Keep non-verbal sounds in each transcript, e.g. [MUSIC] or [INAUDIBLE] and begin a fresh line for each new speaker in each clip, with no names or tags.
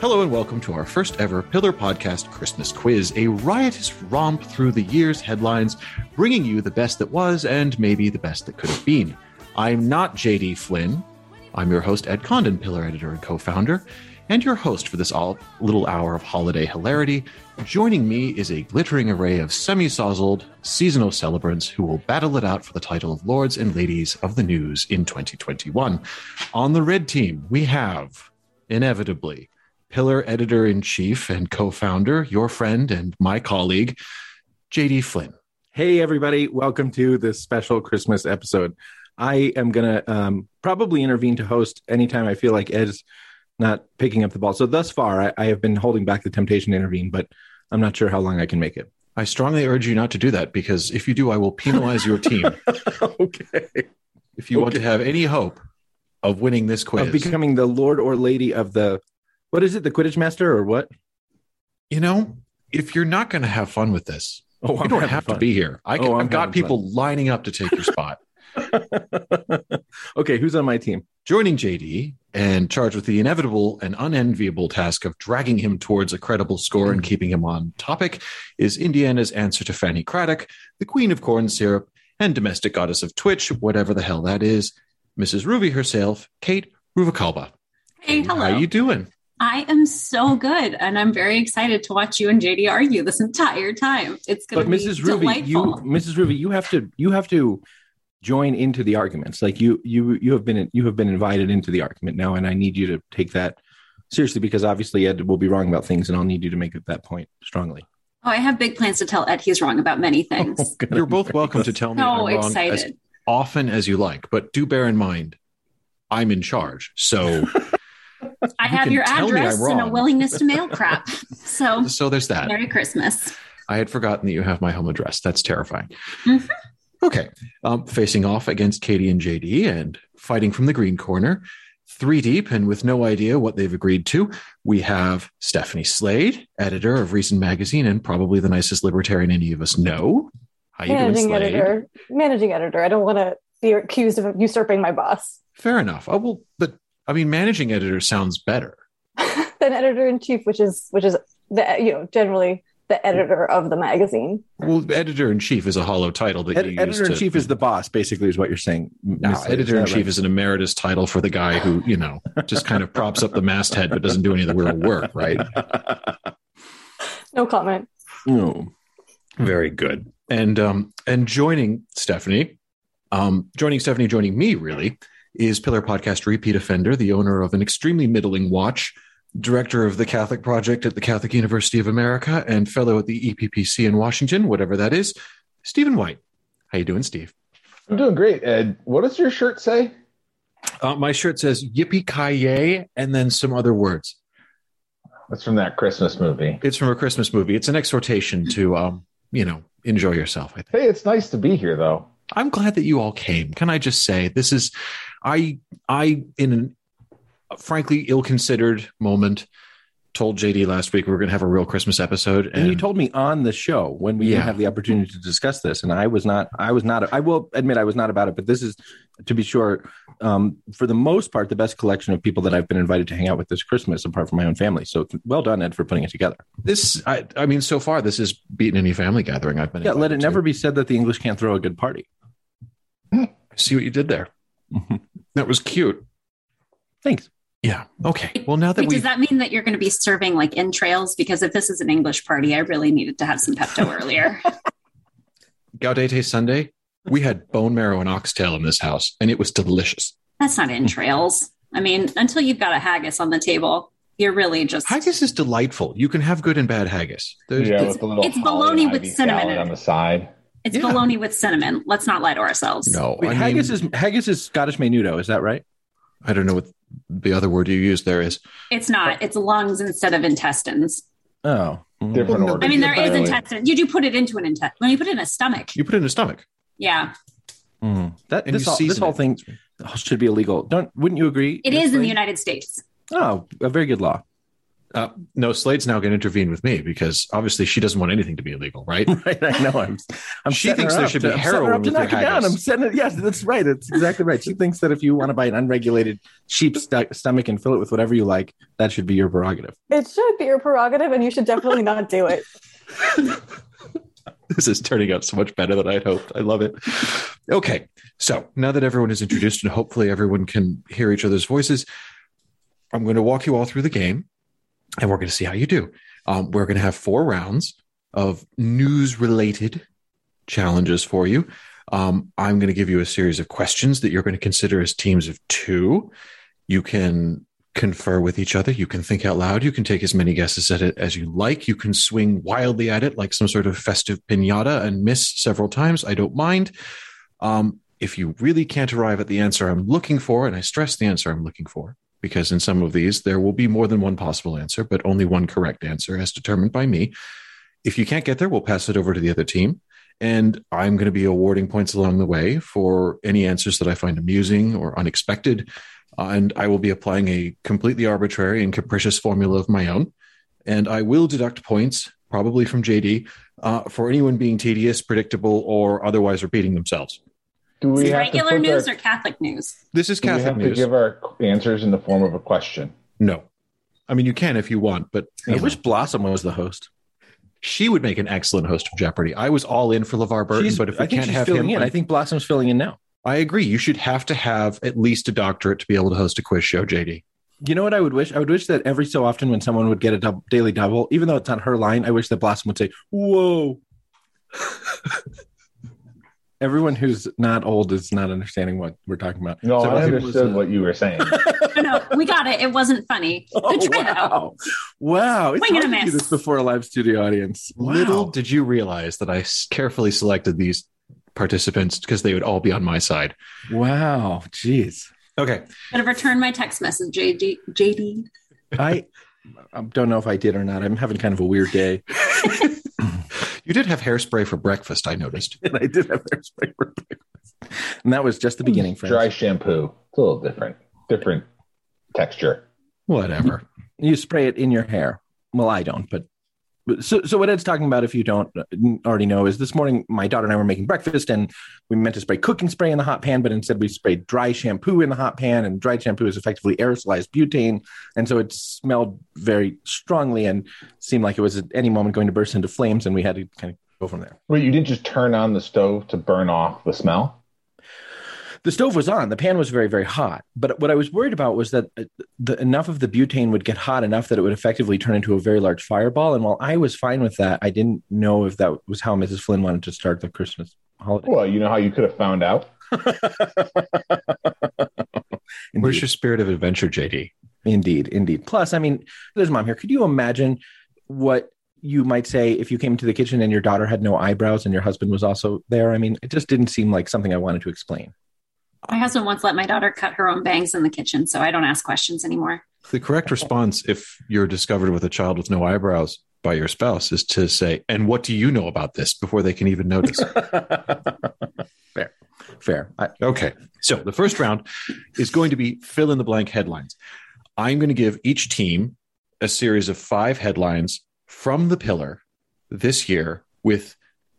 Hello and welcome to our first ever Pillar Podcast Christmas Quiz, a riotous romp through the year's headlines, bringing you the best that was and maybe the best that could have been. I'm not JD Flynn. I'm your host, Ed Condon, Pillar editor and co founder, and your host for this all little hour of holiday hilarity. Joining me is a glittering array of semi sozzled seasonal celebrants who will battle it out for the title of Lords and Ladies of the News in 2021. On the red team, we have, inevitably, Pillar editor in chief and co founder, your friend and my colleague, JD Flynn.
Hey, everybody. Welcome to this special Christmas episode. I am going to um, probably intervene to host anytime I feel like Ed's not picking up the ball. So, thus far, I, I have been holding back the temptation to intervene, but I'm not sure how long I can
[LAUGHS]
make it.
I strongly urge you not to do that because if you do, I will penalize your
[LAUGHS]
team
okay.
if you want to
Okay.
have any hope of winning this quiz.
Of becoming the Lord or Lady of the, what is it, the Quidditch Master or what?
you know, if you're not going to have fun with this,
Oh,
you don't have to be here. I can,
Oh, I'm
I've got
having fun.
people lining up to take your spot.
be. okay, who's on my team?
Joining JD and charged with the inevitable and unenviable task of dragging him towards a credible score and keeping him on topic is Indiana's answer to Fanny Craddock, the queen of corn syrup and domestic goddess of Twitch, whatever the hell that is, Mrs. Ruby herself, Kate Ruvakalba.
Hey, hello.
How you doing?
I am so good, and I'm very excited to watch you and JD argue this entire time. It's going
But
to be
Mrs. Ruby,
delightful.
you, Mrs. Ruby, you have to, you have to join into the arguments. Like you, you, you have been, you have been invited into the argument now, and I need you to take that seriously because obviously Ed will be wrong about things, and I'll need you to make that point strongly. [LAUGHS]
oh, I have big plans to tell Ed he's wrong
[LAUGHS]
about many things.
You're both welcome to tell me I'm
so
wrong as
excited.
often as you like, but do bear in mind, I'm in charge.
[LAUGHS]
So,
I
you
have
can
your
tell me I'm
address and a
wrong.
willingness to
[LAUGHS]
mail crap. So,
so there's that.
Merry Christmas.
I had forgotten that you have my home address. That's terrifying.
Mm-hmm.
Mhm.
Okay, um, facing off against Katie and JD, and fighting from the green corner, three deep, and with no idea what they've agreed to, we have Stephanie Slade, editor of Reason Magazine, and probably the nicest libertarian any of us know. How you doing,
managing
Slade?
editor managing editor i don't want to be accused of usurping my boss [LAUGHS]
Fair enough. Oh well, but I mean, managing editor sounds better.
then editor in chief which is which is the you know generally the editor of the magazine
Well, editor in chief is a hollow title that you
Ed-
use
editor in
to-
chief is the boss, basically, is what you're saying.
No, editor in chief is an emeritus title for the guy who you know just kind of props up the masthead but doesn't do any of the real work, right?
no comment
no.
Very good. And um, and joining Stephanie, um, joining Stephanie, joining me really is Pillar Podcast repeat offender, the owner of an extremely middling watch, director of the Catholic Project at the Catholic University of America, and fellow at the E EPPC in Washington, whatever that is. Stephen White, how you doing, Steve?
I'm doing great, Ed. What does your shirt say?
Uh, my shirt says "Yippee ki yay" and then some other words.
That's from that Christmas movie.
It's from a Christmas movie. It's an exhortation to, um, you know, enjoy yourself. I think.
Hey, it's nice to be here, though.
I'm glad that you all came. Can I just say this is, I, I in an frankly ill-considered moment, told JD last week we were going to have a real Christmas episode,
And you told me on the show when we
Yeah.
have the opportunity to discuss this, and I was not. I was not. I will admit I was not about it, but this is, to be sure, um, for the most part, the best collection of people that I've been invited to hang out with this Christmas, apart from my own family. So well done, Ed, for putting it together.
this. I, I mean, so far this has beaten any family gathering I've been.
Yeah, let it
invited
never
to.
be said that the English can't throw a good party.
see what you did
[LAUGHS]
there. That was cute.
Thanks.
Yeah. Okay. Well, now that
Wait,
we
does that mean that you're going to be serving like entrails? Because if this is an English party, I really needed to have some
[LAUGHS]
Pepto earlier.
Gaudete Sunday, we had bone marrow and oxtail in this house, and it was delicious.
That's not entrails. I mean, until you've got a haggis on the table, you're really just.
Haggis is delightful. You can have good and bad haggis. There's,
Yeah,
there's-
with a little
it's
holly
bologna
and
with
ivy
cinnamon
salad
in it.
on the side.
It's
Yeah.
bologna with cinnamon. Let's not lie to ourselves.
no.
Wait,
I,
haggis
mean,
is haggis is Scottish menudo. Is that right?
I don't know what the other word you used there is.
It's not. It's lungs instead of intestines.
Oh,
Different
Well, no,
order.
I mean, there is
Really.
intestines. You do put it into an intestine. When you put it in a stomach,
You put it in the stomach.
yeah,
Mm. That
And
this
you
whole, this
season
whole
it.
thing should be illegal. Don't wouldn't you agree?
it
Miss
is in the
Lane?
United States.
Oh, a very good law.
Uh, no, Slade's now going to intervene with me because obviously she doesn't want anything to be illegal, right?
right, [LAUGHS] I know. I'm, I'm
She
setting
thinks
her
there
up
should
to,
be
I'm setting her
heroin
up to
with
knock
your
you down.
haggis.
I'm setting it. Yes, that's right. That's exactly right. She thinks that if you want to buy an unregulated sheep's sto- stomach and fill it with whatever you like, that should be your prerogative.
It should be your prerogative, and you should definitely not do it.
[LAUGHS] this is turning out so much better than I'd hoped. I love it. Okay. So now that everyone is introduced and hopefully everyone can hear each other's voices, I'm going to walk you all through the game and we're going to see how you do. Um, we're going to have four rounds of news related challenges for you. Um, I'm going to give you a series of questions that you're going to consider as teams of two. You can confer with each other. You can think out loud. You can take as many guesses at it as you like. You can swing wildly at it like some sort of festive pinata and miss several times. I don't mind. Um, if you really can't arrive at the answer I'm looking for, and I stress the answer I'm looking for, because in some of these there will be more than one possible answer, but only one correct answer as determined by me. If you can't get there, we'll pass it over to the other team. And I'm going to be awarding points along the way for any answers that I find amusing or unexpected Uh, and I will be applying a completely arbitrary and capricious formula of my own. And I will deduct points, probably from JD, uh, for anyone being tedious, predictable, or otherwise repeating themselves.
Do
Is
we
it
have to
regular
put
news
our,
or Catholic news?
This is
do we
Catholic
have to
news.
give our answers in the form of a question?
no. I mean, you can if you want, but you
I
know,
wish Blossom was the host.
she would make an excellent host of Jeopardy. I was all in for LeVar Burton,
She's-
but if
I
we
think
can't
she's
have
filling
him,
in.
I,
I think Blossom's filling in now.
I agree. You should have to have at least a doctorate to be able to host a quiz show, JD.
You know what I would wish? I would wish that every so often when someone would get a dou- daily double, even though it's not her line, I wish that Blossom would say, [LAUGHS] Whoa. Everyone who's not old is not understanding what we're talking about.
No,
So
I
it was,
understood
uh,
what you
[LAUGHS]
were saying.
No, no, we got it. It wasn't funny.
[LAUGHS] Oh,
Try it out.
wow. Wow. It's
Swing
hard
and a
to do
miss.
this before a live studio audience. Wow.
Little did you realize that I s- carefully selected these participants because they would all be on my side.
wow. Jeez.
Okay.
But have returned my text message, JD. JD.
I, I don't know if I did or not. I'm having kind of a weird day.
You did have hairspray for breakfast, I noticed.
And [LAUGHS] I did have hairspray for breakfast. And that was just the beginning, friends.
Dry shampoo. It's a little different. Different texture.
Whatever.
Mm-hmm. you spray it in your hair. Well, I don't, but but- so so what Ed's talking about, if you don't already know, is this morning my daughter and I were making breakfast, and we meant to spray cooking spray in the hot pan, but instead we sprayed dry shampoo in the hot pan, and dry shampoo is effectively aerosolized butane, and so it smelled very strongly and seemed like it was at any moment going to burst into flames, and we had to kind of go from there.
Wait, you didn't just turn on the stove to burn off the smell?
the stove was on the pan was very very hot but what i was worried about was that uh, the, enough of the butane would get hot enough that it would effectively turn into a very large fireball and while i was fine with that i didn't know if that was how mrs flynn wanted to start the christmas holiday
Well, you know how you could have
[LAUGHS]
found out?
Where's
indeed,
your spirit of adventure, JD?
indeed indeed plus i mean there's mom here could you imagine what you might say if you came into the kitchen and your daughter had no eyebrows and your husband was also there i mean it just didn't seem like something i wanted to explain
My husband once let my daughter cut her own bangs in the kitchen, so I don't ask questions anymore.
The correct response, if you're discovered with a child with no eyebrows by your spouse, is to say, And what do you know about this before they can even notice?
fair fair I,
okay. So the first round is going to be fill in the blank headlines. I'm going to give each team a series of five headlines from the pillar this year with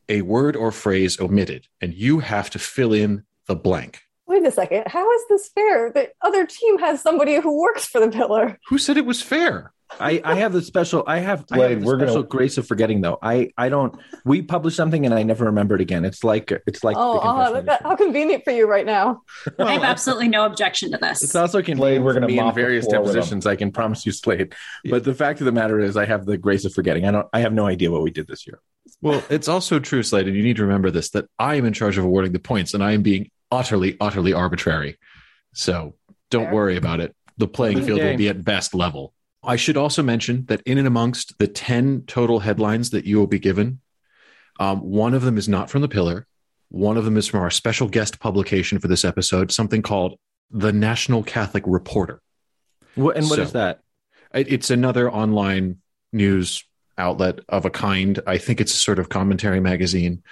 a word or phrase omitted, and you have to fill in the blank.
Wait a second. How is this fair? The other team has somebody who works for the pillar.
Who said it was fair?
I, I have the special. I have, I
Wait,
have the
we're gonna-
special grace of forgetting though. I I don't. We publish something and I never remember it again. It's like it's like.
oh,
the confession
uh,
issue.
that- how convenient for you right now.
I have
Well,
absolutely no objection to
It's
this.
also convenient
Slade, we're
for
gonna
me in
mop the
various
floor with 'em.
depositions. I can promise you, Slade. But the fact of the matter is, I have the grace of forgetting. I don't. I have no idea what we did this year.
Well, it's also true, Slade, and you need to remember this that I am in charge of awarding the points and I am being utterly, utterly arbitrary. So don't
Fair.
worry about it. The playing
Fair
field will
game.
be at best level. I should also mention that in and amongst the 10 total headlines that you will be given, um, one of them is not from the pillar. One of them is from our special guest publication for this episode, something called the National Catholic Reporter.
What, and what is
So-
that?
It- It's another online news outlet of a kind. I think it's a sort of commentary magazine.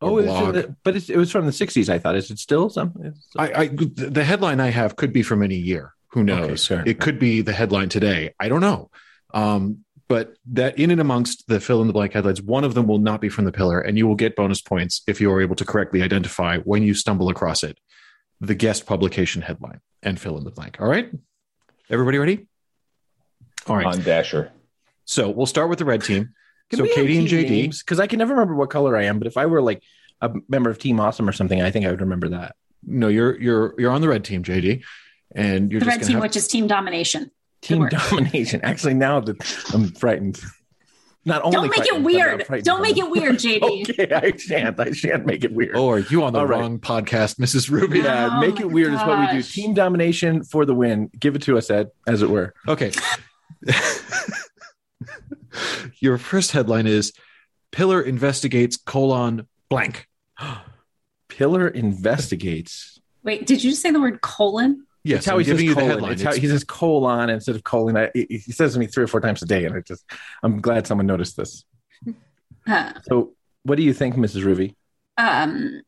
or
Oh, it's from
blog.
the, but it's, it was from the '60s. I thought. Is it still something?
I, I the headline I have could be from any year. Who knows?
sure.
It could be the headline today. I don't know. Um, but that in and amongst the fill in the blank headlines, one of them will not be from the pillar, and you will get bonus points if you are able to correctly identify when you stumble across it the guest publication headline and fill in the blank. All right, everybody ready? All right.
on Dasher.
So we'll start with the red team.
[LAUGHS] Can
so
we have
Katie and
team
JD.
names? because I can never remember what color I am. But if I were like a member of Team Awesome or something, I think I would remember that.
No, you're you're you're on the red team, JD, and you're
the
just
red
gonna
team,
have-
which is team domination.
Team
work.
Domination. [LAUGHS] Actually, now that I'm frightened, not only
Don't make it
frightened, but I'm
weird.
frightened.
Don't make it weird, JD.
[LAUGHS] Okay, I shan't. I shan't make it weird.
Oh, are you on the
All right.
wrong podcast, Mrs. Ruby?
Yeah,
Oh
make
my
it weird is what we do.
gosh.
Team domination for the win. Give it to us, Ed, as it were.
Okay. [LAUGHS] Your first headline is Pillar investigates colon blank.
Pillar investigates.
Wait, did you say the word colon?
Yes,
It's how
I'm
he says
giving you
colon.
the headline.
It's how
It's-
he says colon instead of colon. I, he he says to me three or four times a day, and I just, I'm glad someone noticed this.
Uh,
So, what do you think, Mrs. Ruby?
um,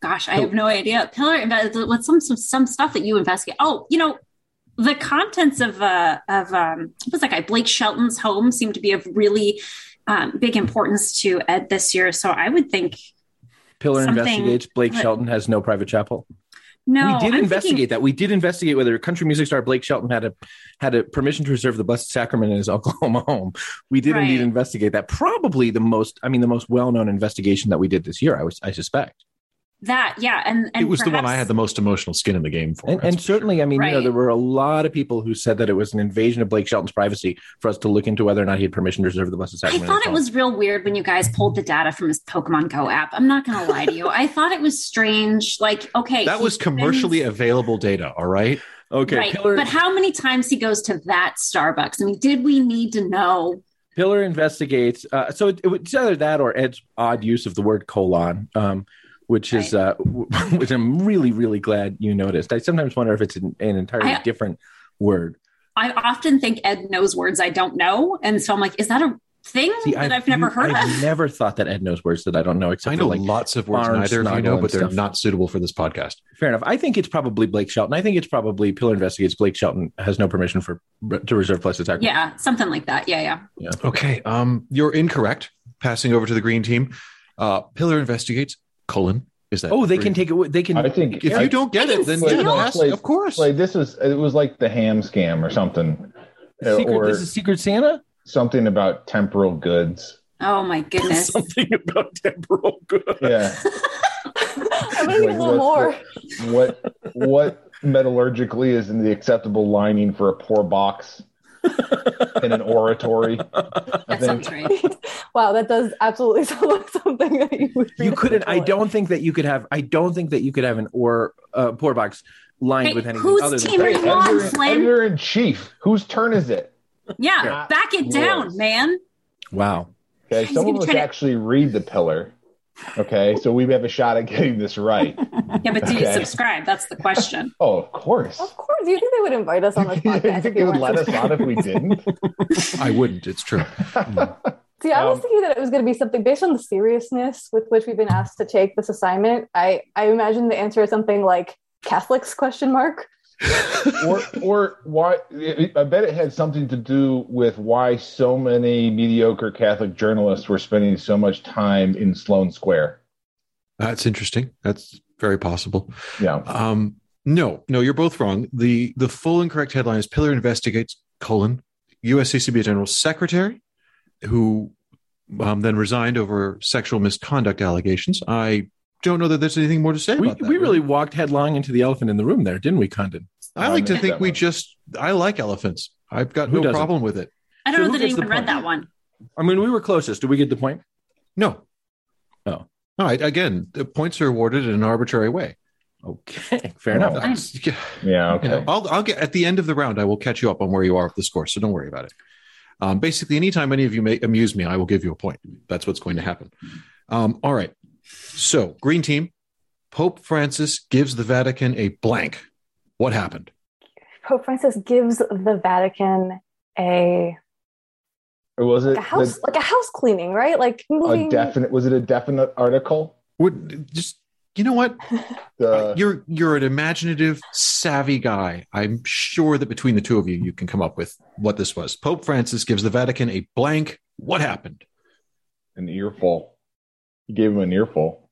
gosh, I have no idea. Pillar inve- what's some, some some stuff that you investigate? Oh, you know, the contents of uh of um what was that guy Blake Shelton's home seemed to be of really um, big importance to Ed this year. So I would think
Pillar
Something-
investigates. Blake
what-
Shelton has no private chapel.
no.
we did
I'm
investigate
thinking-
that. We did investigate whether country music star Blake Shelton had a had a permission to reserve the Blessed Sacrament in his [LAUGHS] Oklahoma home. We did indeed
Right.
investigate that. Probably the most, I mean, the most well known investigation that we did this year. I was, I suspect,
that. Yeah, and, and
it was the one
perhaps-
I had the most emotional skin in the game for.
and,
Oh, that's
and
for sure.
certainly, I mean, you know,
Right.
there were a lot of people who said that it was an invasion of Blake Shelton's privacy for us to look into whether or not he had permission to reserve the Blessed
I
Sacrament. in
thought
his
it
home.
was real weird when you guys pulled the data from his Pokemon Go app. I'm not going to lie to you. I thought it was strange. Like, okay,
that
he
was commercially
spends-
available data. All right.
okay.
right,
Pillar,
but how many times he goes to that Starbucks? I mean, did we need to know?
Pillar investigates. Uh, so it, it, it's either that or Ed's odd use of the word colon, um, which is uh, w- [LAUGHS] which I'm really really glad you noticed. I sometimes wonder if it's an, an entirely
I-
different word.
I often think Ed knows words I don't know, and so I'm like, is that a thing
See,
that I've, never heard
I've
of?
never thought that Ed knows words that I don't know. Except
I know
for like,
lots of words
barn
neither of you
snuggle
know,
and
but they're
stuff.
not suitable for this podcast.
fair enough. I think it's probably Blake Shelton. I think it's probably Pillar investigates. Blake Shelton has no permission for to reserve blessed sacrament.
[LAUGHS] Yeah, something like that. Yeah, yeah.
Okay. Um, you're incorrect. Passing over to the green team. Uh, Pillar investigates colon. Is that
Oh, they
three?
can take it. They can.
I think
If you don't get
I can
it, then
steal
yeah,
it.
pass.
Like-
Of course.
like this was it was like the ham scam or something, Uh,
secret,
or
this is Secret Santa.
something about temporal goods.
Oh
[LAUGHS]
my goodness.
Something about temporal good.
Yeah,
I would need a little more.
Like, what what metallurgically is in the acceptable lining for a poor box in an oratory? I
That
think
sounds right.
wow, that does absolutely [LAUGHS] sound like something that you would. read
you
in
couldn't i
college.
don't think that you could have i don't think that you could have an or uh, poor box lined
Hey,
with anything
whose
other
team
than
are you on?
editor,
Flynn.
editor in chief, whose turn is it?
Yeah,
Yeah.
back it down,
Yours.
man.
wow
Okay,
He's
some
gonna
of us
try to-
actually read the pillar. Okay, so we have a shot at getting this right.
Yeah, but do you
Okay.
subscribe? That's the question.
Oh, of course.
Of course, you think they would invite us on this
[LAUGHS] you
podcast? if
think
we
they would
weren't
let us on if we didn't?
I wouldn't. It's true.
See, I was
Um,
thinking that it was going to be something based on the seriousness with which we've been asked to take this assignment. I I imagine the answer is something like Catholics question mark.
or or why i bet it had something to do with why so many mediocre catholic journalists were spending so much time in sloan square
That's interesting. That's very possible.
yeah
Um, no, no, you're both wrong. The the full and correct headline is Pillar investigates colon USCCB General Secretary, who um, then resigned over sexual misconduct allegations. I don't know that there's anything more to say
we,
about that.
we really walked headlong into the elephant in the room there didn't we condon
I like to
Um,
think we
that
just. I like elephants. I've got
Who
no
doesn't?
problem with it.
I don't
So
know
who
that
gets the
anyone read
point?
that one.
i mean we were closest did we get the point
No.
Oh.
All right. Again, the points are awarded in an arbitrary way. Uh,
okay [LAUGHS] fair
Well,
enough
Fine.
Yeah.
yeah okay
You know, I'll, I'll get at the end of the round. I will catch you up on where you are with the score, so don't worry about it. Um, basically, anytime any of you may amuse me, I will give you a point. That's what's going to happen. Um, all right. So, green team, Pope Francis gives the Vatican a blank. What happened?
Pope Francis gives the Vatican a,
or was it
a house
the-
like a house cleaning, right? Like
a
moving.
definite was it a definite article
Would just you know what?
Uh,
you're you're an imaginative, savvy guy. I'm sure that between the two of you, you can come up with what this was. Pope Francis gives the Vatican a blank. What happened?
an earful. He gave him an earful.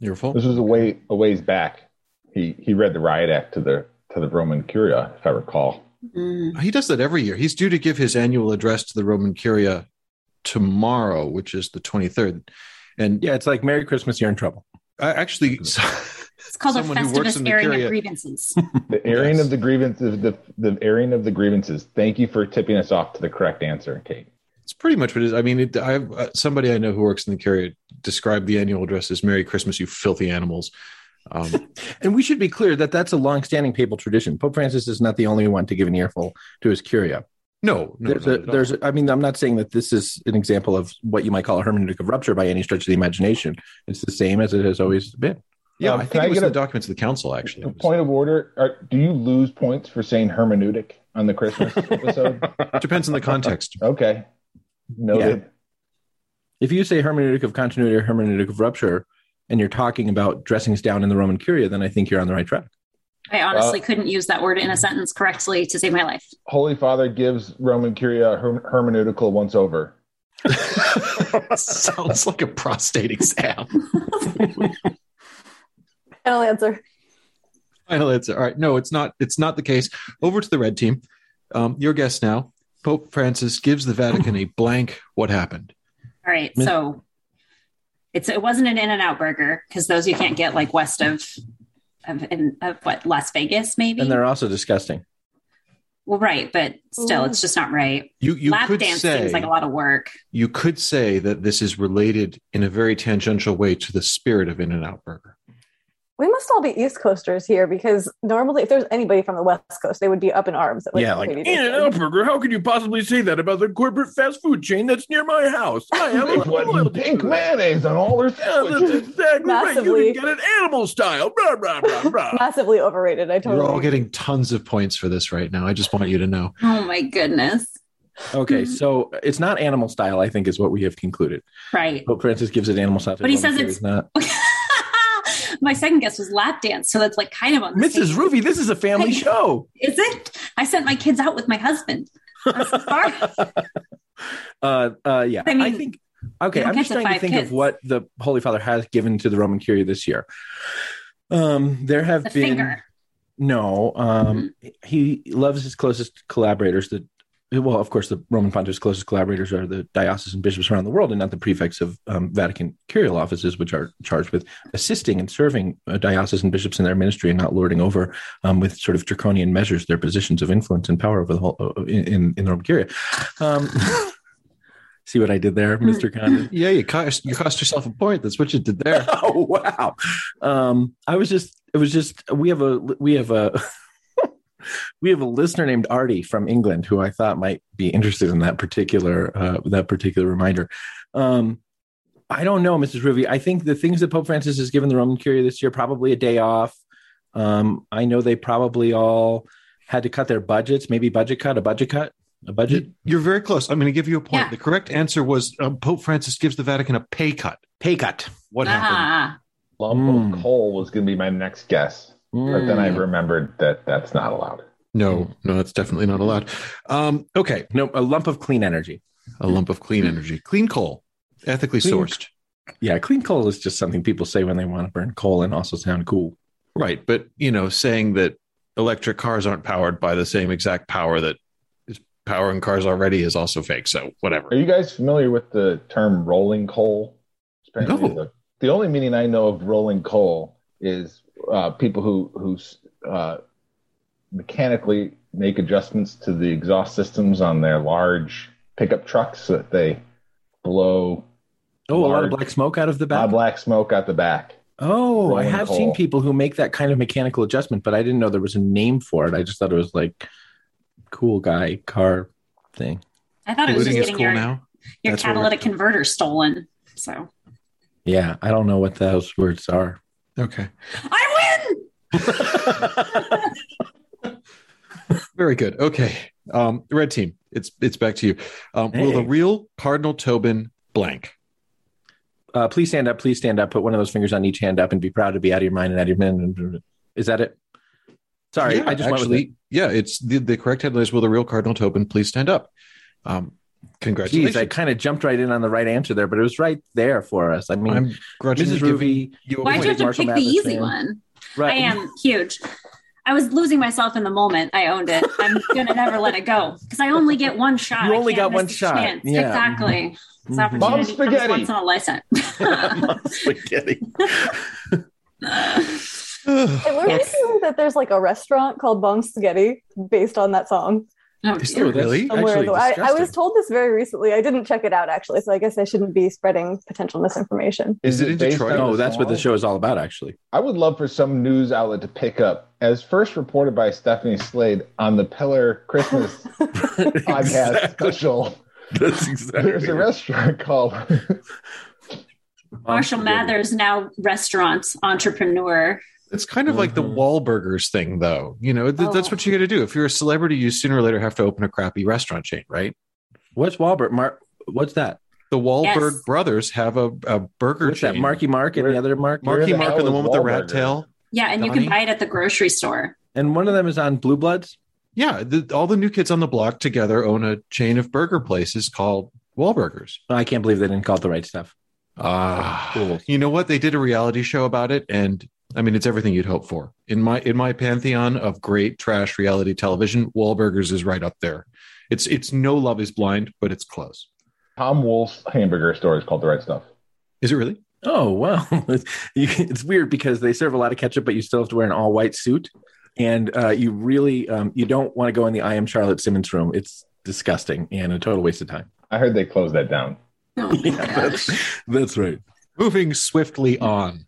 You're
This
full.
was a way a ways back. He he read the riot act to the to the Roman Curia, if I recall.
Mm.
He does that every year. He's due to give his annual address to the Roman Curia tomorrow, which is the 23rd. And
Yeah, it's like Merry Christmas, you're in trouble.
I actually, [LAUGHS]
It's called
Someone
a
who works in
festivus
the
airing
curia.
of grievances.
The airing
Yes.
of the grievances the the airing of the grievances. Thank you for tipping us off to the correct answer, Kate.
It's pretty much what it is. I mean, it, I have uh, somebody I know who works in the carrier described the annual address as "Merry Christmas, you filthy animals." Um, [LAUGHS]
And we should be clear that that's a long-standing papal tradition. Pope Francis is not the only one to give an earful to his curia.
no, no,
there's,
not
a,
at all.
there's a, I mean, I'm not saying that this is an example of what you might call a hermeneutic of rupture by any stretch of the imagination. It's the same as it has always been.
yeah.
Um,
I
can
think
I
it was in
get
the
a-
documents of the council actually. It was-
Point of order: are, Do you lose points for saying hermeneutic on the [LAUGHS] Christmas episode?
depends on the context.
Okay, noted.
If you say hermeneutic of continuity or hermeneutic of rupture, and you're talking about dressings down in the Roman curia, then I think you're on the right track.
I honestly couldn't use that word in a sentence correctly to save my life.
Holy Father gives Roman Curia a her- hermeneutical once over.
[LAUGHS] Sounds like a prostate exam.
Final answer.
Final answer. All right. No, it's not. It's not the case. Over to the red team. Um, your guess now. Pope Francis gives the Vatican a blank. What happened?
All right,
Miss-
so it's it wasn't an In and Out burger because those you can't get like west of of, in, of what Las Vegas maybe.
And they're also disgusting.
well, right, but still, it's just not right.
You you
Lap
could
dance
say
seems like a lot of work.
you could say that this is related in a very tangential way to the spirit of In-N-Out Burger.
We must all be East Coasters here because normally, if there's anybody from the West Coast, they would be up in arms. At what
yeah, like
Katie
In
just
and
said.
Out Burger. How could you possibly say that about the corporate fast food chain that's near my house? I am
[LAUGHS] They put
loyal to
pink
you.
mayonnaise on all their
Yeah, that's
sandwiches.
exactly right.
Massively.
You can get it animal style. Blah, blah, blah,
[LAUGHS]
blah.
Massively overrated. I
You're all
totally.
getting tons of points for this right now. I just want you to know.
Oh my goodness!
Okay, so it's not animal style, I think, is what we have concluded.
Right.
Oh.
Pope Francis gives it animal style. to
But he
the woman,
says
so
it's-
not.
[LAUGHS] my second guess was lap dance, so that's like kind of on the
Mrs.
same-
Ruby, this is a family
Hey.
show.
Is it? I sent my kids out with my husband.
[LAUGHS]
I'm so sorry.
Uh, uh, yeah,
I
I,
mean,
think. Okay,
you don't
I'm
get
just
to
trying to
five
think
kids.
of what the Holy Father has given to the Roman Curia this year. Um, there have
the
been
finger.
no. Um, he loves his closest collaborators. That well, of course, the Roman Pontiff's closest collaborators are the diocesan bishops around the world, and not the prefects of um, Vatican curial offices, which are charged with assisting and serving uh, diocesan bishops in their ministry and not lording over um, with sort of draconian measures their positions of influence and power over the whole uh, in in, in the Roman Curia. Um, [LAUGHS] see what I did there, Mister Condon.
Yeah, you cost you cost yourself a point. That's what you did there.
[LAUGHS] Oh wow! Um, I was just it was just we have a we have a [LAUGHS] we have a listener named Artie from England who I thought might be interested in that particular uh, that particular reminder. Um, I don't know, Mrs. Ruby. I think the things that Pope Francis has given the Roman Curia this year probably a day off. Um, I know they probably all had to cut their budgets. Maybe budget cut, a budget cut, a budget
You- You're very close. I'm going to give you a point.
Yeah.
The correct answer was um, Pope Francis gives the Vatican a pay cut.
pay cut.
What happened?
Ah,
Lump
Mm.
of coal was going to be my next guess, but then I
Mm.
remembered that that's not allowed.
No, no, that's definitely not allowed. Um, okay,
no a lump of clean energy.
a lump of clean energy, clean coal, ethically
Clean-
sourced.
Yeah, clean coal is just something people say when they want to burn coal and also sound cool.
Right, but you know, saying that electric cars aren't powered by the same exact power that is powering cars already is also fake. So whatever.
Are you guys familiar with the term rolling coal? It's apparently
No.
The, the only meaning I know of rolling coal is uh, people who who uh, mechanically make adjustments to the exhaust systems on their large pickup trucks so that they blow
Oh, a lot
Large-
of black smoke out of the
uh,
back.
black smoke out the back.
oh, I
rolling
have
coal.
seen people who make that kind of mechanical adjustment, but I didn't know there was a name for it. I just thought it was like cool guy car thing.
I thought it was
Polluting
just
is
getting
cool
your,
now.
your
That's what we're-
catalytic converter stolen. So
Yeah, I don't know what those words are. [LAUGHS]
Okay.
I win.
Very good. Okay. Um, red team, it's it's back to you. Um, Will the
Hey.
real Cardinal Tobin blank?
uh, please stand up, please stand up, put one of those fingers on each hand up and be proud to be out of your mind and out of your mind. Is that it? Sorry,
Yeah,
I just went with
actually, yeah, it's the, the correct headline is Will the real Cardinal Tobin please stand up? Um,
it. Jeez,
congratulations.
I kind of jumped right in on the right answer there, but it was right there for us. I mean,
I'm grudgingly
Mrs.
giving
Ruby,
you a
Why'd
point.
you have to
Marshall
pick the
Mathers
easy
fan.
one?
right?
I am huge. I was losing myself in the moment. I owned it.
[LAUGHS]
I'm gonna never let it go because I only get one shot.
You
I
only got
can't miss
one
the
shot.
chance.
Yeah.
Exactly. It's
Mhm.
opportunity
Mom
comes
spaghetti.
once in a lifetime.
Spaghetti.
[LAUGHS]
[LAUGHS]
It learned
Yes.
that there's like a restaurant called Bomb Spaghetti based on that song.
Oh,
Is
dear.
there really?
Actually
Somewhere in the- I, I was
disgusting.
told this very recently. I didn't check it out actually, so I guess I shouldn't be spreading potential misinformation.
Is it in
based
Detroit?
on
No,
the
Oh, that's what the
song?
show is all about, actually.
I would love for some news outlet to pick up, as first reported by Stephanie Slade on the Pillar Christmas podcast
Exactly.
special.
That's exactly.
There's a
it.
restaurant called
Marshall Mathers now restaurant entrepreneur.
It's kind of like the
Mhm.
Wahlburgers thing, though. You know, th- that's
Oh.
what you got to do. If you're a celebrity, you sooner or later have to open a crappy restaurant chain, right?
What's Wahlberg? Mar- what's that?
The Wahlberg
Yes.
brothers have a, a burger
What's
chain.
that? Marky Mark and
Where-
the other Mark.
Mark-
Marky
Where the
Mark
hell
and the
is
one with the rat
Wahlburgers?
tail.
Yeah, and you
Donnie?
can buy it at the grocery store.
And one of them is on Blue Bloods.
Yeah, the, all the new kids on the block together own a chain of burger places called Wahlburgers.
Oh, I can't believe they didn't call it the right stuff.
Ah,
Cool.
you know what? They did a reality show about it, and I mean, it's everything you'd hope for in my in my pantheon of great trash reality television. Wahlburgers is right up there. It's it's no Love Is Blind, but it's close.
[LAUGHS] Tom Wolf's hamburger store. Is called the right stuff.
Is it really?
Oh wow, it's, [LAUGHS] you, it's weird because they serve a lot of ketchup, but you still have to wear an all white suit, and uh, you really um, you don't want to go in the I am Charlotte Simmons room. It's disgusting and a total waste of time.
I heard they closed that down.
[LAUGHS]
Oh, my gosh.
that's right.
Moving swiftly on.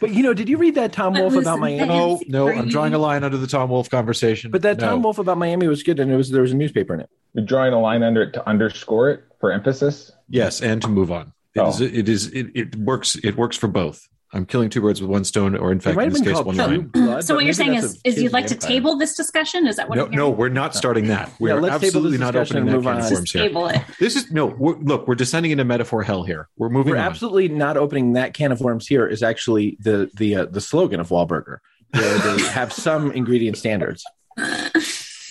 But you know, did you read that Tom
But
Wolf about Miami?
listen, Ben-
No,
Nancy
no, I'm
Brady.
drawing a line under the Tom Wolf conversation.
But that
No.
Tom Wolf about Miami was good, and it was there was a newspaper in it.
You're drawing a line under it to underscore it for emphasis.
yes, and to move on. It
Oh.
is- it is, it, it works, it works for both. I'm killing two birds with one stone, or in fact,
it might
in
have
this
been
case,
called
one
Blue
line.
Blood,
So
but
what
maybe
you're saying
that's
is,
a
is
kid's
you'd like to
vampire.
table this discussion? Is that what
No,
I'm
no,
hearing?
we're not starting that. We're
let's table
absolutely
this
not
discussion
opening that
and move
can of
on.
worms here.
table it.
This is no. We're, look, we're descending into metaphor hell here. We're moving
We're
on.
absolutely not opening that can of worms. Here is actually the the uh, the slogan of Wahlburger, where [LAUGHS] they have some ingredient standards.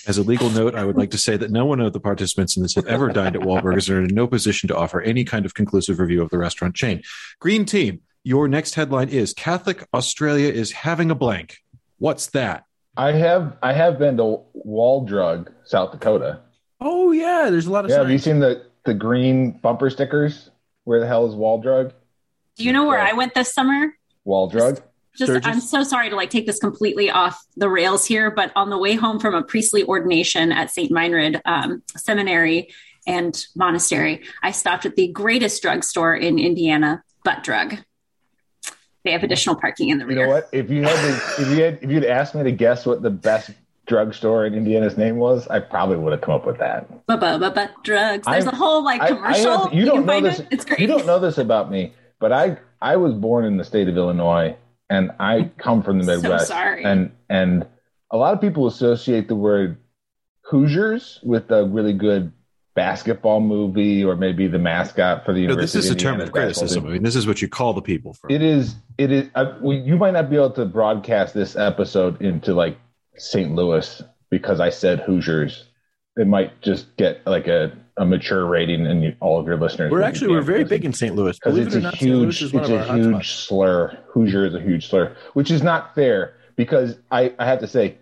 As a legal note, I would like to say that no one of the participants in this have ever dined at Wahlburgers and are in no position to offer any kind of conclusive review of the restaurant chain. Green team, your next headline is Catholic Australia is having a blank. What's that?
I have I have been to Waldrug, South Dakota.
Oh yeah, there's a lot of
Yeah, have you
signs.
seen the the green bumper stickers? Where the hell is Waldrug?
Do you know where I went this summer?
Waldrug.
Just
Sturgis?
I'm so sorry to like take this completely off the rails here, but on the way home from a priestly ordination at St. Meinrad um, Seminary and Monastery, I stopped at the greatest drugstore in Indiana, Butt Drug. They have additional parking in the
You
rear.
know what? If you had to, if you had if you'd asked me to guess what the best drugstore in Indiana's name was, I probably would have come up with that.
Butt, butt, butt, butt drugs. There's
I'm-
a whole like
I- I
commercial.
have- you don't
can
know
find
this-
it. It's great.
You don't know this about me, but I I was born in the state of Illinois, and I come from
[LAUGHS]
the
So
Midwest.
sorry.
And and a lot of people associate the word Hoosiers with a really good basketball movie, or maybe the mascot for the
No,
University.
this is a term
Indiana
of
basketball
criticism.
team.
I mean, this is what you call the people from.
It is. It is. Uh, we, you might not be able to broadcast this episode into like St. Louis because I said Hoosiers. It might just get like a, a mature rating, and you, all of your listeners.
We're actually we're very big in St. Louis.
because
Believe
it's
it or
a
not, St. Louis is
huge. It's
one of our
a huge
hotspots.
slur. Hoosier is a huge slur, which is not fair because I I have to say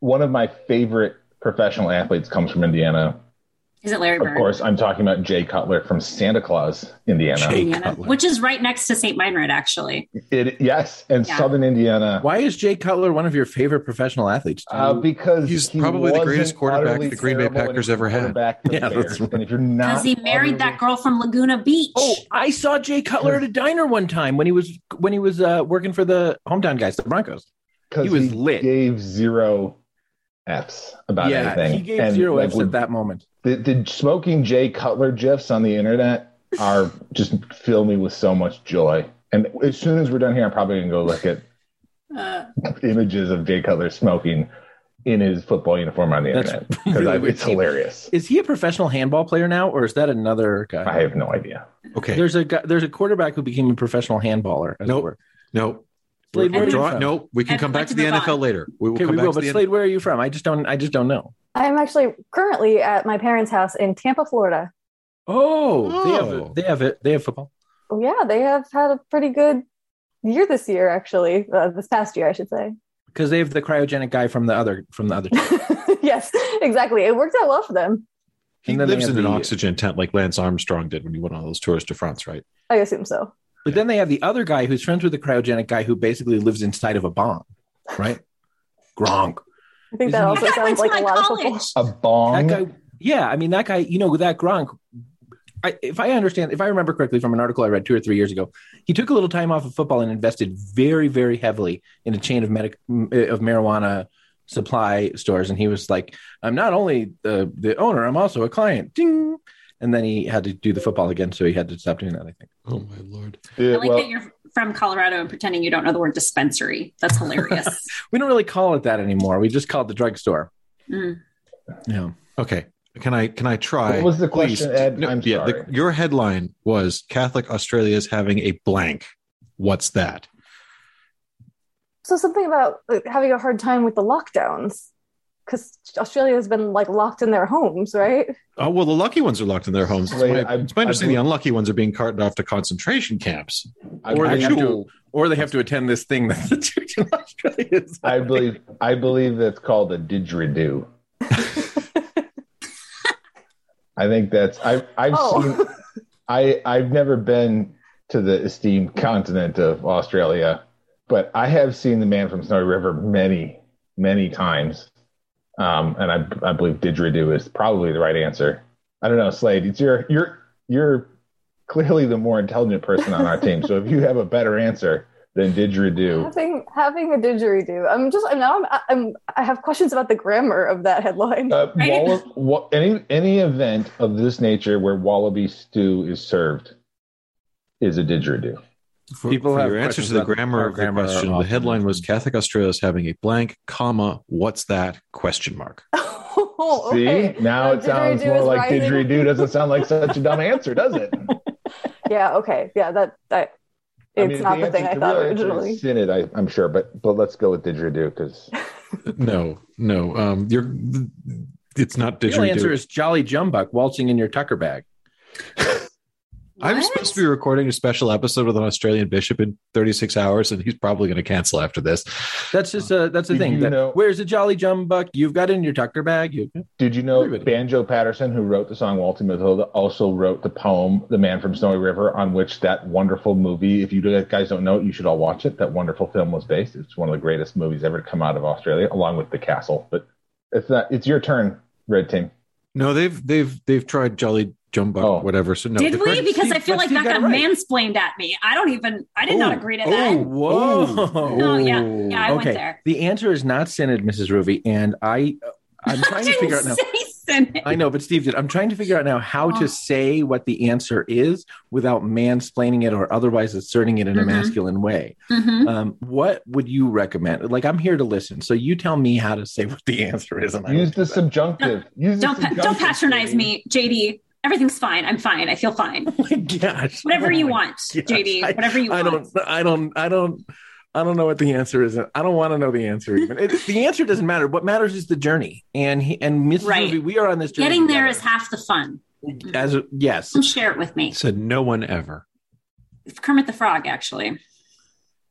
one of my favorite professional athletes comes from Indiana.
Is it Larry
Of
Bird?
course, I'm talking about Jay Cutler from Santa Claus, Indiana.
Jay-
Indiana,
Cutler.
which is right next to St. Meinrad, actually.
It, yes, and
Yeah.
Southern Indiana.
Why is Jay Cutler one of your favorite professional athletes? Do
Uh,
you-
because
He's
he
probably the
wasn't
greatest quarterback
utterly
the Green Bay
terrible
Packers
when he
ever had.
quarterbacked
[LAUGHS]
the
Yeah, that's
Bears.
right.
And if you're not,
Because he married that girl from Laguna Beach.
oh, I saw Jay Cutler at a diner one time when he was when he was uh, working for the hometown guys, the Broncos.
girl,
he was lit.
Gave zero f's about
yeah,
anything.
he gave
And,
zero
like,
F's
we-
at that moment.
The, the smoking Jay Cutler gifs on the internet are just fill me with so much joy. And as soon as we're done here, I'm probably gonna go look at
Uh,
images of Jay Cutler smoking. in his football uniform on the
That's
internet
[LAUGHS]
because
really
I-
weird.
it's hilarious.
Is he a professional handball player now, or is that another guy?
I have no idea.
Okay.
There's a guy, there's a quarterback who became a professional handballer. As
Nope.
it were.
no.
Slade, where are you
Draw-
from?
no, we can
I'd
come
like
back
to
to the
move on.
NFL later. We will
Okay,
come
we
back
will.
to
But
the
Slade, where are you from? I just don't. I just don't know.
I'm actually currently at my parents' house in Tampa, Florida.
Oh,
Oh.
they have they have it. They have football.
Oh, Yeah, they have had a pretty good year this year, actually. Uh, this past year, I should say. [LAUGHS]
because they have the cryogenic guy from the other from
[LAUGHS]
the other. team.
yes, exactly. It worked out well for them,
He
And then they
lives
have
in an
the-
oxygen tent like Lance Armstrong did when he went on those tours to France, right?
I assume so.
But then they have the other guy who's friends with the cryogenic guy who basically lives inside of a bomb, right? Gronk.
I think that
Isn't
also
that guy
sounds
went to
like a
my
lot of football.
college.
A
That
bong.
guy. Yeah, I mean that guy. You know that Gronk. I, if I understand, if I remember correctly from an article I read two or three years ago, he took a little time off of football and invested very, very heavily in a chain of medic m- eh, of marijuana supply stores. And he was like, "I'm not only the the owner, I'm also a client." Ding. And then he had to do the football again, so he had to stop doing that. I think.
Oh my lord.
Yeah,
I like
Uh, well,
that you're from Colorado and pretending you don't know the word dispensary. That's
[LAUGHS]
hilarious.
We don't really call it that anymore. We just call it the drugstore.
Mm.
Yeah.
Okay. Can I can I try?
What was the
Please.
question, Ed? I'm
the-
sorry.
your headline was Catholic Australia is having a blank. What's that?
So something about like, having a hard time with the lockdowns because Australia has been like locked in their homes, right?
Oh well, the lucky ones are locked in their homes. It's
Wait,
my,
I-
it's my
I
understanding
believe-
the unlucky ones are being carted off to concentration camps.
I,
Or
I
the
have to-
actual- Or they have to attend this thing that the church in Australia is.
I believe I believe that's called a didgeridoo. I think that's I I've seen
Oh,
I I've never been to the esteemed continent of Australia, but I have seen the man from Snowy River many many times, um, and I I believe didgeridoo is probably the right answer. I don't know, Slade. It's your you're you're clearly the more intelligent person on our team. So if you have a better answer than didgeridoo,
having having a didgeridoo. I'm just I'm now I'm, I'm I have questions about the grammar of that headline.
Uh,
Right?
walla- wa- any any event of this nature where wallaby stew is served is a didgeridoo.
For,
People
for
have
your answer
questions
to the
about
grammar
our
of the
grammar
question. The
often.
headline was Catholic Australia is having a blank, comma. What's that? Question mark.
[LAUGHS] oh,
See,
okay.
now
Now
it sounds
didgeridoo
more
is
like
rising.
didgeridoo doesn't sound like such
[LAUGHS]
a dumb answer, does it?
Yeah. Okay. Yeah. That that
I
it's
mean,
not the
answer-
thing I
real
thought
answer is
originally.
Synod, I, I'm sure, but but let's go with didgeridoo because
No, no. Um, you're. It's not
The real answer
didgeridoo.
is Jolly Jumbuck waltzing in your tucker bag.
I'm
What?
supposed to be recording a special episode with an Australian bishop in 36 hours, and he's probably going to cancel after this.
That's just a that's the
Did
thing.
you
That,
know-
Where's the Jolly Jumbuck? You've got in your tucker bag. You,
did you know
Everybody.
Banjo Patterson, who wrote the song Waltzing Matilda, also wrote the poem "The Man from Snowy River," on which that wonderful movie. If you guys don't know it, you should all watch it. That wonderful film was based. It's one of the greatest movies ever to come out of Australia, along with The Castle. But it's not. It's your turn, Red Team.
No, they've they've they've tried Jolly Jumbo,
Oh.
whatever. So no, the
Did we?
correct-
Because
Steve-
I feel
but
like
Steve
that
got
got
it right.
mansplained at me. I don't even. I did not
Oh,
agree to
oh,
[LAUGHS] that.
whoa!
No, Oh, yeah, yeah, I
okay.
went there.
The answer is not Synod, Mrs. Ruby, and I. uh, I'm
I
trying to
[LAUGHS] didn't
figure out now.
say Senate.
I know, but Steve did. I'm trying to figure out now how
Oh.
to say what the answer is without mansplaining it or otherwise asserting it in a
Mhm.
masculine way.
Mhm.
Um, what would you recommend? Like, I'm here to listen, so you tell me how to say what the answer is. And I will
Use
do
the
that. [LAUGHS]
subjunctive. Use the
Don't pa- don't
subjunctive,
patronize
Katie.
me, JD. Everything's fine. I'm fine. I feel fine.
Oh my gosh! [LAUGHS]
Whatever
Oh
you
my
want,
gosh.
JD.
I-
Whatever you
I
want.
don't. I don't. I don't. I don't know what the answer is. I don't want to know the answer. Even it, the answer doesn't matter. What matters is the journey. And he, and Mrs.
Right.
Ruby, we are on this journey.
Getting there is
together.
half the fun.
as a- yes.
Come share it with me.
said no one ever.
Kermit the Frog, actually.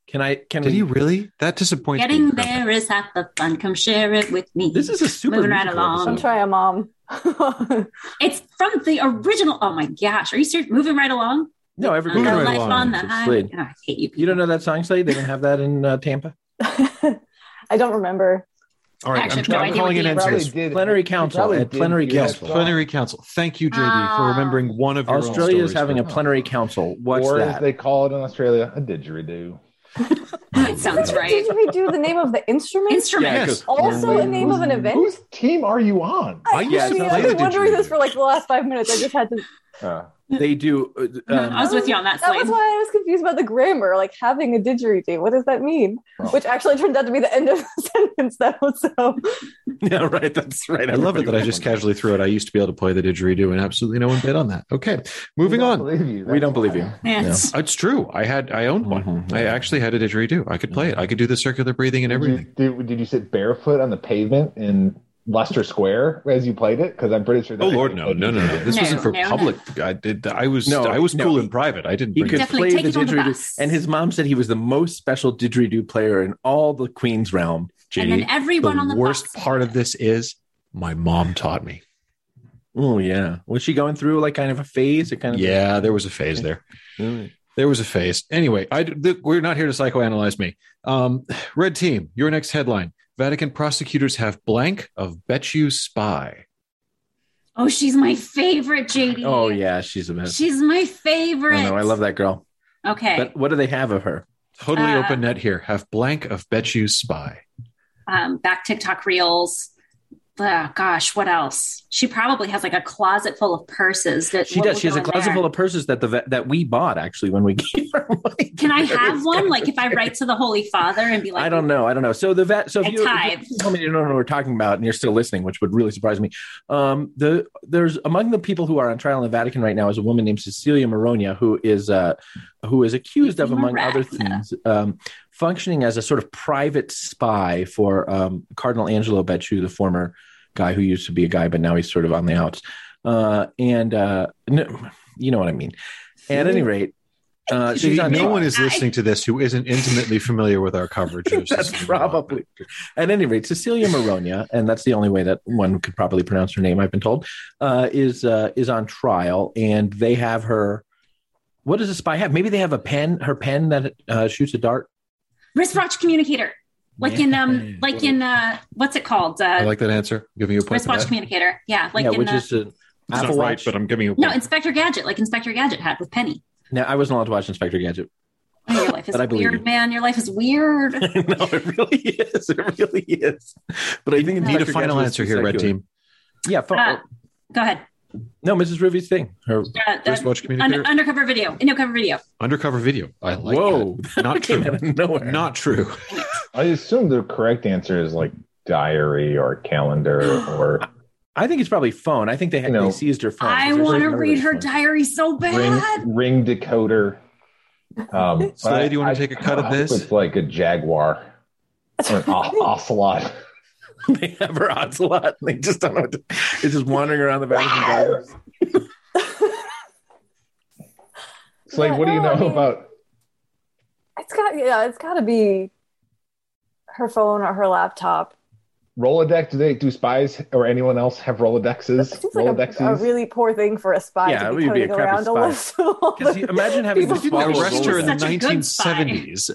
Can I? Can
Did
we?
he really? That disappoints
Getting
me.
there is half the fun. Come share it with me.
This is a super
Moving right
musical
along.
episode.
I'm trying, mom. [LAUGHS]
It's from the original. Oh my gosh! Are you serious? Moving right along.
No, every
Moving
Got
Right
life
Along
on the
is a
highway.
slid.
Oh, I hate you.
You don't know that song, Slade? They don't have that in uh, Tampa.
I don't remember.
All right,
Actually,
I'm,
no
I'm
idea
calling
what
it
the
end to
answer
Probably
this.
did-
Plenary
you
council,
probably
at
did
plenary
hear that
council.
song.
Plenary council. Thank you, JD, for
Ah.
remembering one of your own
Australia is
stories
having a
for-
plenary council. What's
or as
that?
they call it in Australia, a didgeridoo.
[LAUGHS] That sounds right.
Did we do the name of the instrument?
Instrument.
Yeah.
because-
Also, a name of an event.
Whose team are you on?
I used to
Yeah, it sounds
See,
play
I've
like
the
been wondering
didgeridoo.
this for like the last five minutes. I just had to.
Uh,
they do. uh,
No, [LAUGHS] I
Um, [LAUGHS]
was with you on that,
That was
Slade.
why I was confused about the grammar, like having a didgeridoo. What does that mean?
Oh.
Which actually turned out to be the end of the [LAUGHS] sentence, though. So
yeah, right. That's right.
I love it that I just casually threw it. I used to be able to play the didgeridoo, and absolutely no one bid on that. Okay, moving
We don't
on.
believe you.
We don't believe you.
That's
Yeah, it's-
It's true. I had I owned one.
Mhm.
I actually had a didgeridoo. I could play it. I could do the circular breathing and
Mm-hmm.
why. Did you,
everything.
did, did you sit barefoot on the pavement in Leicester Square as you played it? Because I'm pretty sure.
Oh Lord, no, no, no, no. This
No,
wasn't for
no, no.
public. I did. I was.
No,
I was
no.
cool in private. I didn't.
He
Bring
could
it.
Definitely
play the
take it on the
didgeridoo,
bus.
and his mom said he was the most special didgeridoo player in all the Queen's realm.
and
Jenny,
then everyone on
the
the
worst
bus.
part of this is my mom taught me.
Oh yeah, was she going through like kind of a phase? It kind of
Yeah, there was a phase there.
Mm.
There was a phase. Anyway, I th- we're not here to psychoanalyze me. Um, Red team, your next headline: Vatican prosecutors have blank of bet you spy.
Oh, she's my favorite, JD.
Oh yeah, she's a mess.
she's my favorite.
I know. I love that girl.
Okay,
But what do they have of her?
Totally
Uh,
open net here. Have blank of bet you spy.
um, back TikTok reels. Ah, gosh, what else? She probably has like a closet full of purses. That
She
what
does.
will
She has
go
a
in
closet
there.
full of purses that the vet- that we bought actually when we [LAUGHS] gave her money.
Can I
It's [LAUGHS]
have one?
kinda
Like if I write to the Holy Father and be like,
I don't know. I don't know. So the vet. So if
I
you,
tied.
if you tell me you don't know what we're talking about and you're still listening, which would really surprise me. Um, the there's among the people who are on trial in the Vatican right now is a woman named Cecilia Maronia who is uh, who is accused of, among other
Maronia.
things, um, functioning as a sort of private spy for um, Cardinal Angelo Becciu, the former guy who used to be a guy, but now he's sort of on the outs. Uh, and uh, no, you know what I mean. At any rate, uh, she's
See,
on
no
trial.
one is
I-
listening to this who isn't intimately familiar with our coverage. of
[LAUGHS] That's
Cecilia
probably At any rate, Cecilia Maronia, and that's the only way that one could properly pronounce her name, I've been told, uh, is uh, is on trial, and they have her. What does a spy have? Maybe they have a pen, her pen that uh, shoots a dart.
wristwatch communicator, like in um, like in uh, what's it called?
I
Uh,
like that answer. I'm giving you a point. for
wristwatch
that.
communicator. Yeah, like
yeah,
in
which
uh,
is an
It's
Apple
not right,
Watch.
but I'm giving you a
no
point.
Inspector Gadget, like Inspector Gadget had with Penny.
now, I wasn't allowed to watch Inspector Gadget. [LAUGHS]
Oh, your life is
But I believe
weird,
you.
man. Your life is weird.
no, it really is. It really is. But I think
Need a
Inspector
final
Gadget is
answer here, Red
secular.
Team.
Yeah, fo-
Uh,
[LAUGHS]
Go ahead.
no, Mrs. Ruby's thing. Her
Uh, uh,
Wristwatch
un-
communicator.
undercover video. Undercover video.
Oh,
Undercover video. I like
whoa,
that.
[LAUGHS]
Not
came
true.
out of nowhere.
Not true.
I assume the correct answer is like diary or calendar
[GASPS]
or
I think it's probably phone. I think they had,
No.
they seized her phone.
I
There's
want to
another
read her
phone.
diary so
ring,
bad.
ring decoder.
[LAUGHS]
Um,
Slade,
but I-
do you wanna
I-
take a cut of
I hope
this?
It's like a jaguar
[LAUGHS]
or an o- ocelot.
[LAUGHS] they have her ocelot. They just don't know. What to, it's just wandering around the bathroom.
Slade, what do you
No, I
know
mean-
about?
it's got yeah, it's got to be her phone or her laptop.
Rolodex? Do they do spies or anyone else have Rolodexes?
It seems like
Rolodexes.
a, a really poor thing for a spy
Yeah, it
to be
would be a
coding
crappy
around a
spy.
list. of all
Because
the-
imagine having to
People-
swallow
Didn't
Arrest her in the
Such a good spy.
1970s.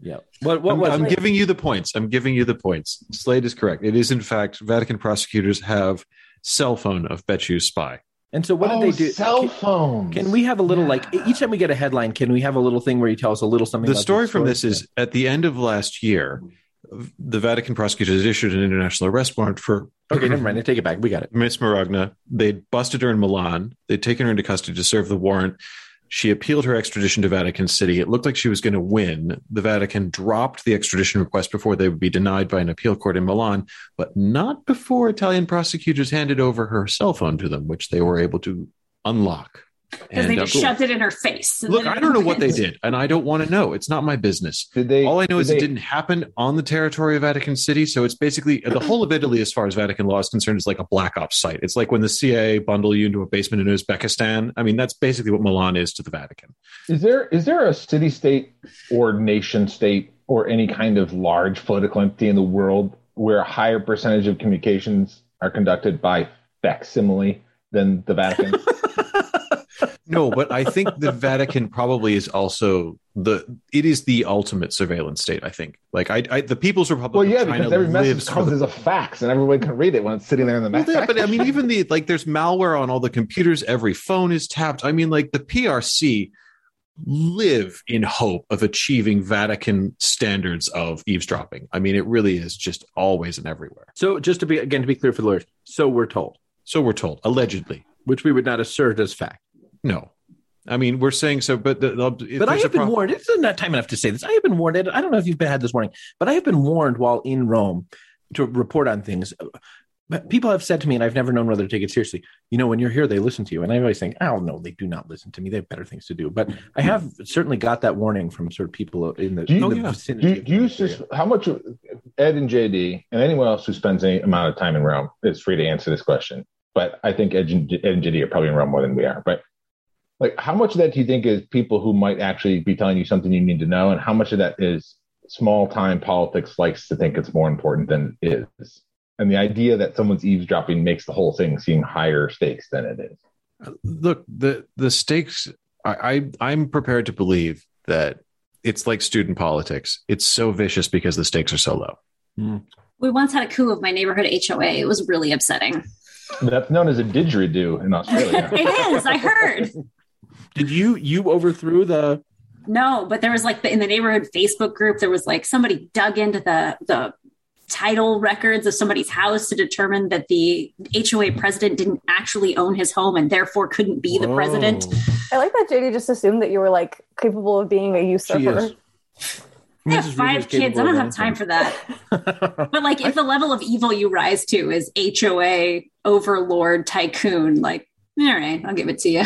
Yeah. What? What
I'm,
was?
I'm
it?
giving you the points. I'm giving you the points. Slade is correct. It is, in fact, Vatican prosecutors have cell phone of Betchu's spy.
and so, what
oh,
did they do?
Cell
Can-
phones.
Can we have a little like each time we get a headline? Can we have a little thing where you tell us a little something?
The
about
story from this is at the end of last year, the Vatican prosecutors issued an international arrest warrant for
okay. Never mind. I take it back. We got it.
Miss Maragna. They'd busted her in Milan. They'd taken her into custody to serve the warrant. She appealed her extradition to Vatican City. It looked like she was going to win. The Vatican dropped the extradition request before they would be denied by an appeal court in Milan, but not before Italian prosecutors handed over her cell phone to them, which they were able to unlock.
Because they
And, uh,
just shoved it in her face. And
Look,
then
I don't know what they
[LAUGHS] opened.
did, and I don't want to know. It's not my business.
Did they?
All I know
did
is
they-
it didn't happen on the territory of Vatican City. So it's basically the whole of Italy, as far as Vatican law is concerned, is like a black ops site. It's like when the CIA bundle you into a basement in Uzbekistan. I mean, that's basically what Milan is to the Vatican.
Is there is there a city state or nation state or any kind of large political entity in the world where a higher percentage of communications are conducted by facsimile than
[LAUGHS]
the Vatican?
No, but I think
[LAUGHS]
the Vatican probably is also the it is the ultimate surveillance state. I think, like I, I the People's Republic.
well,
of
yeah,
China
because every message
lives for
comes
the-
as a fax, and everyone can read it when it's sitting there in the
Well,
message.
yeah, but I mean, even the like, there's malware on all the computers. Every phone is tapped. I mean, like the PRC live in hope of achieving Vatican standards of eavesdropping. I mean, it really is just always and everywhere.
So just to be again to be clear for the lawyers. So we're told.
So we're told, allegedly.
which we would not assert as fact.
No, I mean we're saying so, but the, the, if
but I
there's a
have been
prob-
warned. It's not time enough to say this. I have been warned. and I don't know if you've been had this warning, but I have been warned while in Rome to report on things. But people have said to me, and I've never known whether to take it seriously. You know, when you're here, they listen to you, and I always think, "Oh no, they do not listen to me. They have better things to do." But I have certainly got that warning from sort of people in the,
Do you-
in the
Oh, yeah.
vicinity.
Do you,
of
do you
my
sus-
area.
how much Ed and JD and anyone else who spends any amount of time in Rome is free to answer this question? But I think Ed and, Ed and JD are probably in Rome more than we are. But like, how much of that do you think is people who might actually be telling you something you need to know, and how much of that is small time politics likes to think it's more important than it is? And the idea that someone's eavesdropping makes the whole thing seem higher stakes than it is.
look the the stakes I, I i'm prepared to believe that it's like student politics it's so vicious because the stakes are so low
We once had a coup of my neighborhood HOA. It was really upsetting.
That's known as a didgeridoo in Australia.
[LAUGHS] it is. I heard.
Did you you overthrew the?
No, but there was like the, in the neighborhood Facebook group, there was like somebody dug into the the title records of somebody's house to determine that the HOA president didn't actually own his home and therefore couldn't be the
Oh.
president.
Oh,
I like that JD just assumed that you were like capable of being a usurper.
She is.
I have five kids. I don't have time for that.
[LAUGHS] that.
But like, if the level of evil you rise to is HOA overlord tycoon, like, all right, I'll give it to you.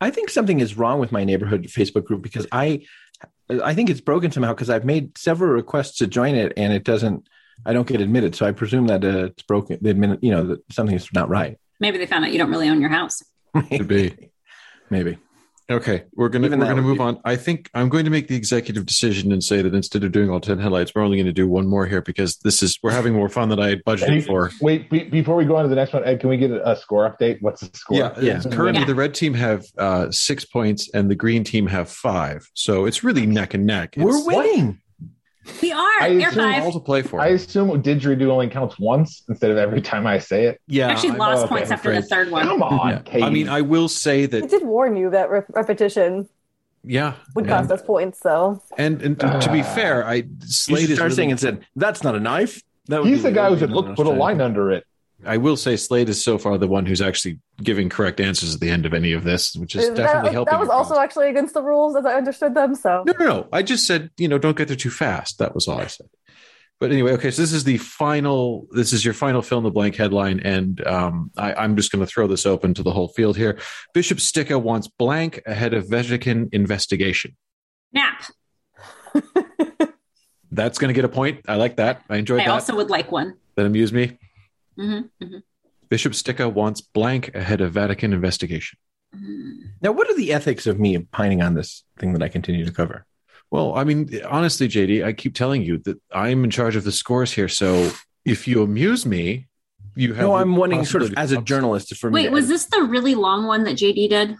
I think something is wrong with my neighborhood Facebook group because I I think it's broken somehow because I've made several requests to join it and it doesn't I don't get admitted. So I presume that uh, it's broken. The admin, you know, that something's not right.
Maybe they found out you don't really own your house.
Could be.
Maybe.
okay we're gonna
Even
we're
that
gonna
would
move
be-
on i think i'm going to make the executive decision and say that instead of doing all 10 headlights we're only going to do one more here because this is we're having more fun than i had budgeted
Any-
for
Wait, be, before we go on to the next one, Ed, can we get a, a score update? What's the score?
yeah,
Yeah.
currently
Yeah.
the red team have uh, six points and the green team have five so it's really neck and neck It's-
We're winning.
We are.
I
Air
assume
five.
all to play for
I assume didgeridoo only counts once instead of every time I say it.
yeah
Actually,
I'm-
lost
okay,
points
I'm
after the
afraid.
third one.
Come on, Kate.
yeah. i mean i will say
I
that
did warn you that re- repetition
yeah
would
yeah.
cost us points, though.
And, and to, to be
Ah.
fair, I
You
Slade
should
is.
start
really-
saying and said that's not a knife. That would
he's
be-
the guy
that
who
would
said,
be
"Look,
another
put a
strategy.
line under it."
I will say Slade is so far the one who's actually giving correct answers at the end of any of this, which is
That-
definitely
that,
helping.
was
your
also
cause.
actually against the rules as I understood them. So
No, no, no. I just said you know don't get there too fast. That was all I said. But anyway, okay. So this is the final. This is your final fill in the blank headline, and um, I, I'm just going to throw this open to the whole field here. Bishop Sticka wants blank ahead of Vatican investigation.
Nap.
That's going to get a point. I like that. I enjoyed
I
that.
also would like one.
that amused me.
hmm hmm
Bishop Sticka wants blank ahead of Vatican investigation.
mm-hmm.
Now, what are the ethics of me pining on this thing that I continue to cover?
Well, I mean, honestly, JD, I keep telling you that I'm in charge of the scores here. So if you amuse me, you have
No,
the
I'm wanting sort of
possibility
as a
of-
journalist for me.
Wait,
to-
was this the really long one that JD did?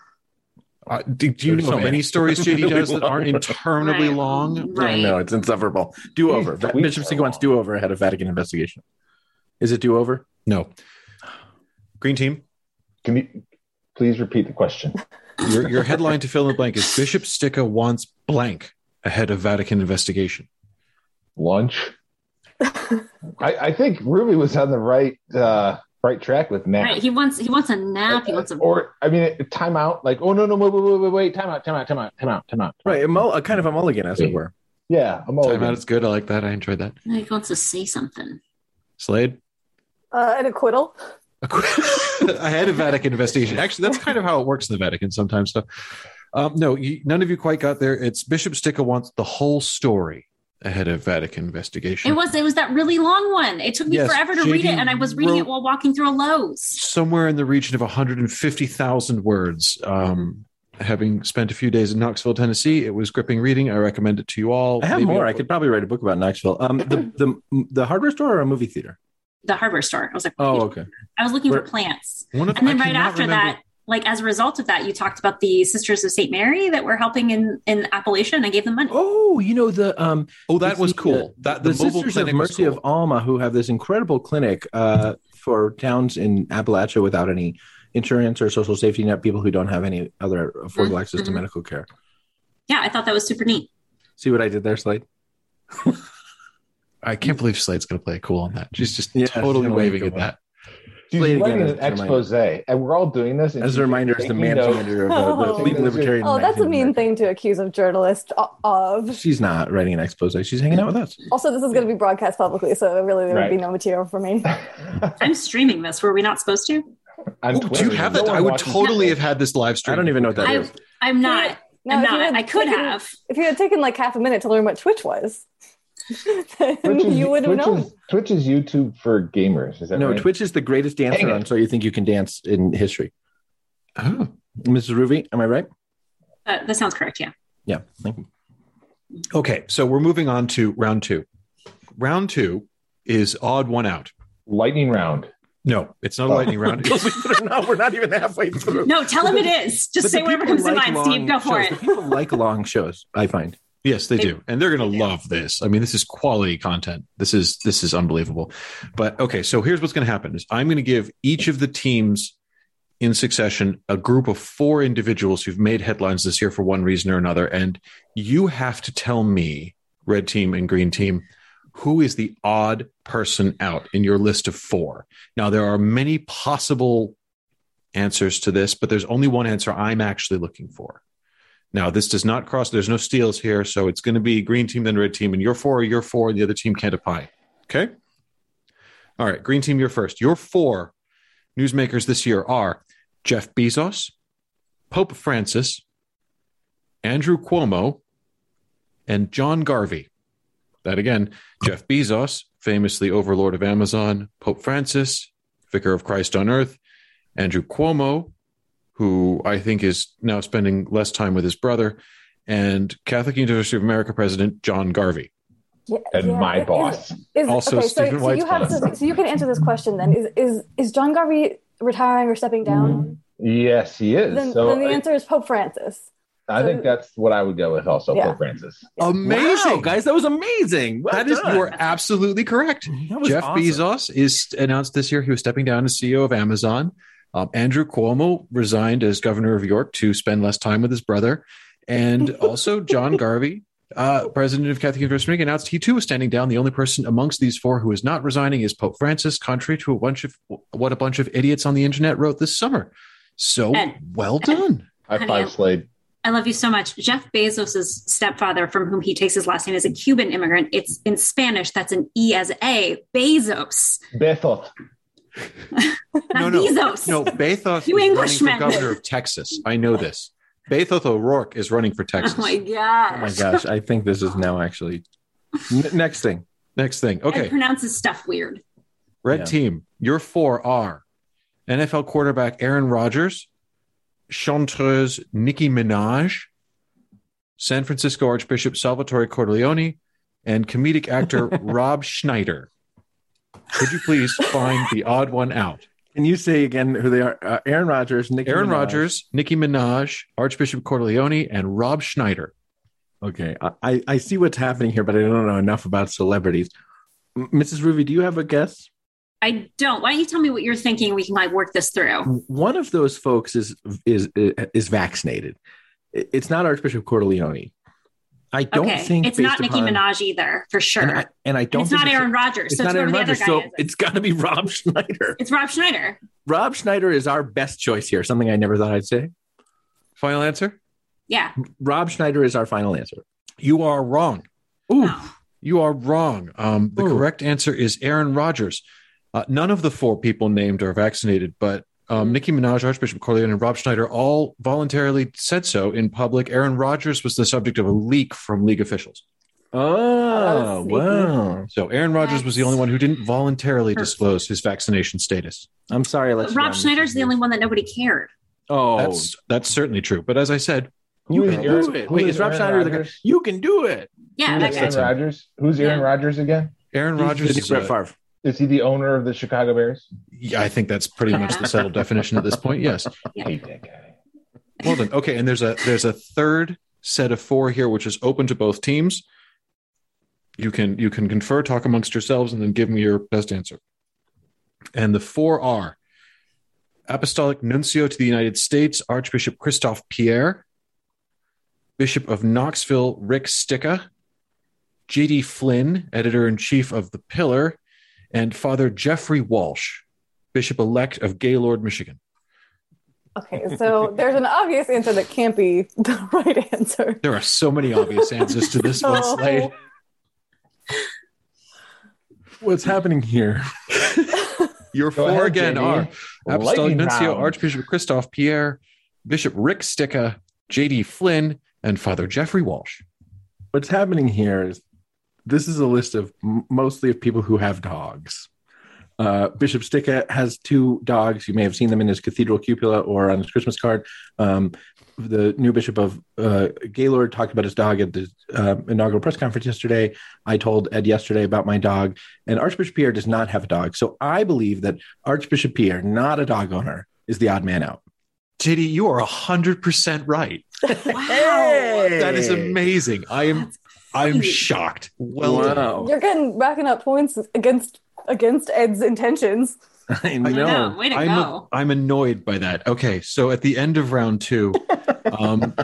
Uh, do, do you
There's
know
so
of
many.
any stories [LAUGHS] JD does that aren't interminably
Right.
long?
No,
Right.
no, it's insufferable. Do over.
These tweets
Bishop
are
Stig wants
long.
do over ahead of Vatican investigation. Is it do over?
No. Green team,
Can you please repeat the question?
your, your headline to fill in the blank is Bishop Sticka wants blank ahead of Vatican investigation.
Lunch. I, I think Ruby was on the right uh, right track with Matt.
Right. He wants he wants a nap. He wants a
Uh, or I mean, timeout. Like, oh no, no, wait, wait, wait, wait, wait, timeout, timeout, timeout, timeout, timeout.
Right, a, mul- a kind of a mulligan, as it were.
Yeah, I'm all
Time out
good.
is Oh, good. I like that. I enjoyed that.
he wants to say something.
Slade? [LAUGHS]
uh, an acquittal.
ahead of Vatican investigation. Actually, that's kind of how it works in the Vatican sometimes. So, um, no, you, none of you quite got there. It's Bishop Sticka wants the whole story ahead of Vatican investigation.
It was it was that really long one. It took me
Yes,
forever to
JD
read it, and I was reading
wrote-
it while walking through a Lowe's.
somewhere in the region of 150,000 words. Um, having spent a few days in Knoxville, Tennessee, it was gripping reading. I recommend it to you all.
I have
Maybe Hmm.
more.
I'll-
I could probably write a book about Knoxville. Um, the, the the hardware store or a movie theater?
The hardware store. I was like,
Oh, okay.
I was looking
Where-
for plants,
One of,
and then
I
right
cannot
after
remember-
that, like as a result of that, you talked about the Sisters of Saint Mary that were helping in in Appalachia, and I gave them money.
Oh, you know the um
Oh, that
it's
was
the,
cool.
uh,
that the,
the,
mobile
Sisters of
clinic was
Mercy
cool.
of Alma, who have this incredible clinic uh, for towns in Appalachia without any insurance or social safety net, people who don't have any other
Mm-hmm.
affordable access to
Mhm.
medical care.
Yeah, I thought that was super neat.
See what I did there, Slade?
I can't believe Slade's going to play cool on that. She's just
Yeah, she's
totally
gonna
waving at
wave cool.
that.
She's
Play it again
writing
as
an
a reminder.
expose, and we're all doing this. and [LAUGHS]
As a
she's
reminder, as the
taking notes.
manager of uh, the,
[LAUGHS]
the
Oh.
leading libertarian.
Oh, that's a mean
magazine.
thing to accuse a journalist o- of.
She's not writing an expose. She's hanging out with us.
Also, this is going to be broadcast publicly, so really there
Right.
would be no material for me.
I'm streaming this. Were we not supposed to?
On
Ooh, do you
Twitter,
have
no
that?
one
I would
watches
totally
it.
have had this live stream.
I don't even know what that
I-
is.
I'm not.
Now,
I'm
if you
not.
had
I could
taken-
have.
If you had taken like half a minute to learn what Twitch was, [LAUGHS] then
[LAUGHS] Twitch is,
you would have
Twitch
known.
Is, Twitch is YouTube for gamers. Is that
No,
right?
Twitch is the greatest dancer
Dang it.
on So You Think You Can Dance in history.
Oh.
Mrs. Ruby, am I right?
Uh, that sounds correct. Yeah.
Yeah. Thank you.
Okay, so we're moving on to round two. Round two is odd one out.
lightning round.
No, it's not a
Oh.
lightning
[LAUGHS]
round. It's-
[LAUGHS] Believe it or not, we're not even halfway through.
No, tell him it is. Just
But
say
the
whatever
people
comes to
like
mind, Steve.
long
Go for
shows.
it.
The People like long shows, I find.
yes, they
They-
do, and they're going to love this. I mean, this is quality content. This is this is unbelievable. But okay, so here's what's going to happen: is I'm going to give each of the teams in succession a group of four individuals who've made headlines this year for one reason or another, and you have to tell me, red team and green team, who is the odd person out in your list of four. Now, there are many possible answers to this, but there's only one answer I'm actually looking for. Now, this does not cross, there's no steals here. So it's going to be green team, then red team, and you're four, you're four, and the other team can't apply. Okay. All right. Green team, you're first. Your four newsmakers this year are Jeff Bezos, Pope Francis, Andrew Cuomo, and John Garvey. That again, Jeff Bezos, famously overlord of Amazon, Pope Francis, vicar of Christ on earth, Andrew Cuomo, who I think is now spending less time with his brother, and Catholic University of America president John Garvey.
Yeah,
And
yeah,
my
it is-
boss.
Is,
Also
okay, so,
Stephen
so you
White's
have
boss.
to, so you can answer this question then. Is is is John Garvey retiring or stepping down?
Yes, he is.
Then,
Mm-hmm. so
then the
I-
answer is Pope Francis.
I, think that's what I would go with also
Yeah.
for Francis.
Wow, guys, that was amazing. Well
That is,
done.
you are absolutely correct.
That was
Jeff
awesome.
Bezos is announced this year he was stepping down as CEO of Amazon. Um, Andrew Cuomo resigned as governor of York to spend less time with his brother, and also John Garvey, uh, president of Catholic University, of America, announced he too was standing down. The only person amongst these four who is not resigning is Pope Francis, contrary to a bunch of what a bunch of idiots on the internet wrote this summer. So
And-
well done.
High
[LAUGHS]
Honey, I-
five, Slade.
I love you so much. Jeff Bezos' stepfather, from whom he takes his last name, is a Cuban immigrant. It's in Spanish. That's an E as A. Bezos,
Bethel.
No,
not
no.
Bezos. [LAUGHS] Oh
No, Bezos
You
is
Englishmen.
running for governor of Texas. I know this. Bezos O'Rourke is running for Texas.
Oh my gosh.
Oh my gosh, I think this is now actually. N- next thing.
Next thing.
Ed
Okay.
pronounces stuff weird.
Red
Yeah.
team, your four are NFL quarterback Aaron Rodgers, chanteuse Nicki Minaj, San Francisco Archbishop Salvatore Corleone, and comedic [LAUGHS] actor Rob Schneider. Could you please find the odd one [LAUGHS] out?
Can you say again who they are? Uh, Aaron Rodgers, Nick.
Aaron Rodgers, Nicki Minaj, Archbishop Corleone, and Rob Schneider.
Okay, I- I, I see what's happening here, but I don't know enough about celebrities. M- Mrs. Ruby, do you have a guess?
I don't. Why don't you tell me what you're thinking? We can like work this through.
One of those folks is is is vaccinated. I- It's not Archbishop Corleone. I don't
okay.
think
it's not
based
Nicki
upon-
Minaj either, for sure.
And
And
I, and I don't.
it's
think
not Aaron Rodgers.
It's
So it's
not Aaron
whatever the other
Rodgers.
guy
So
is.
it's got to be [LAUGHS] Rob Schneider.
It's Rob Schneider.
Rob Schneider is our best choice here. Something I never thought I'd say.
Final answer?
Yeah.
Rob Schneider is our final answer.
You are wrong.
Ooh,
Oh.
You are wrong. Um, the
Ooh.
correct answer is Aaron Rodgers. Uh, none of the four people named are vaccinated, but um,
Hmm.
Nicki Minaj, Archbishop Corleone, and Rob Schneider all voluntarily said so in public. Aaron Rodgers was the subject of a leak from league officials.
oh,
sneaky.
wow!
So Aaron Rodgers was the only one who didn't voluntarily disclose his vaccination status.
I'm sorry.
But
Let's
Rob Schneider's the only one that nobody cared.
Oh,
That's that's certainly true. But as I said,
you
Who is
can
Aaron-
do it.
who
Wait,
is
is Rob
Aaron
Schneider the guy?
Rodgers?
You can do it.
Yeah.
Who
That
is
guy.
Aaron Rodgers? Who's Aaron
Yeah.
Rodgers again?
Aaron Rodgers
He's
is
the new Brett
a-
Favre.
Is he the owner of the Chicago Bears?
yeah, I think that's pretty much the settled definition at this point. Yes.
I hate that guy.
Well done. Okay, and there's a there's a third set of four here, which is open to both teams. You can you can confer, talk amongst yourselves, and then give me your best answer. And the four are Apostolic Nuncio to the United States, Archbishop Christophe Pierre, Bishop of Knoxville Rick Sticka, J.D. Flynn, editor in chief of the Pillar, and Father Jeffrey Walsh. Bishop elect of Gaylord, Michigan.
Okay,
[LAUGHS]
so there's an obvious answer that can't be [LAUGHS] the right answer.
There are so many obvious answers to this
[LAUGHS]
one,
So-
Slade.
What's happening here?
Your
Go
four
ahead,
again
JD.
are Apostolic
Lightning
Nuncio
round.
Archbishop Christoph Pierre, Bishop Rick Sticka, J.D. Flynn, and Father Jeffrey Walsh.
What's happening here is this is a list of m- mostly of people who have dogs. Uh, Bishop Sticka has two dogs. You may have seen them in his cathedral cupola or on his Christmas card. Um, the new bishop of uh, Gaylord talked about his dog at the uh, inaugural press conference yesterday. I told Ed yesterday about my dog, and Archbishop Pierre does not have a dog. So I believe that Archbishop Pierre, not a dog owner, is the odd man out.
J.D., you are 100% right.
Wow.
That is amazing. I am
That's
I'm
great.
shocked. Well done.
wow.
You're getting racking up points against against Ed's intentions.
I
I
know.
know. Way to
I'm,
go.
I'm annoyed by that. Okay, so at the end of round
[LAUGHS]
two, um,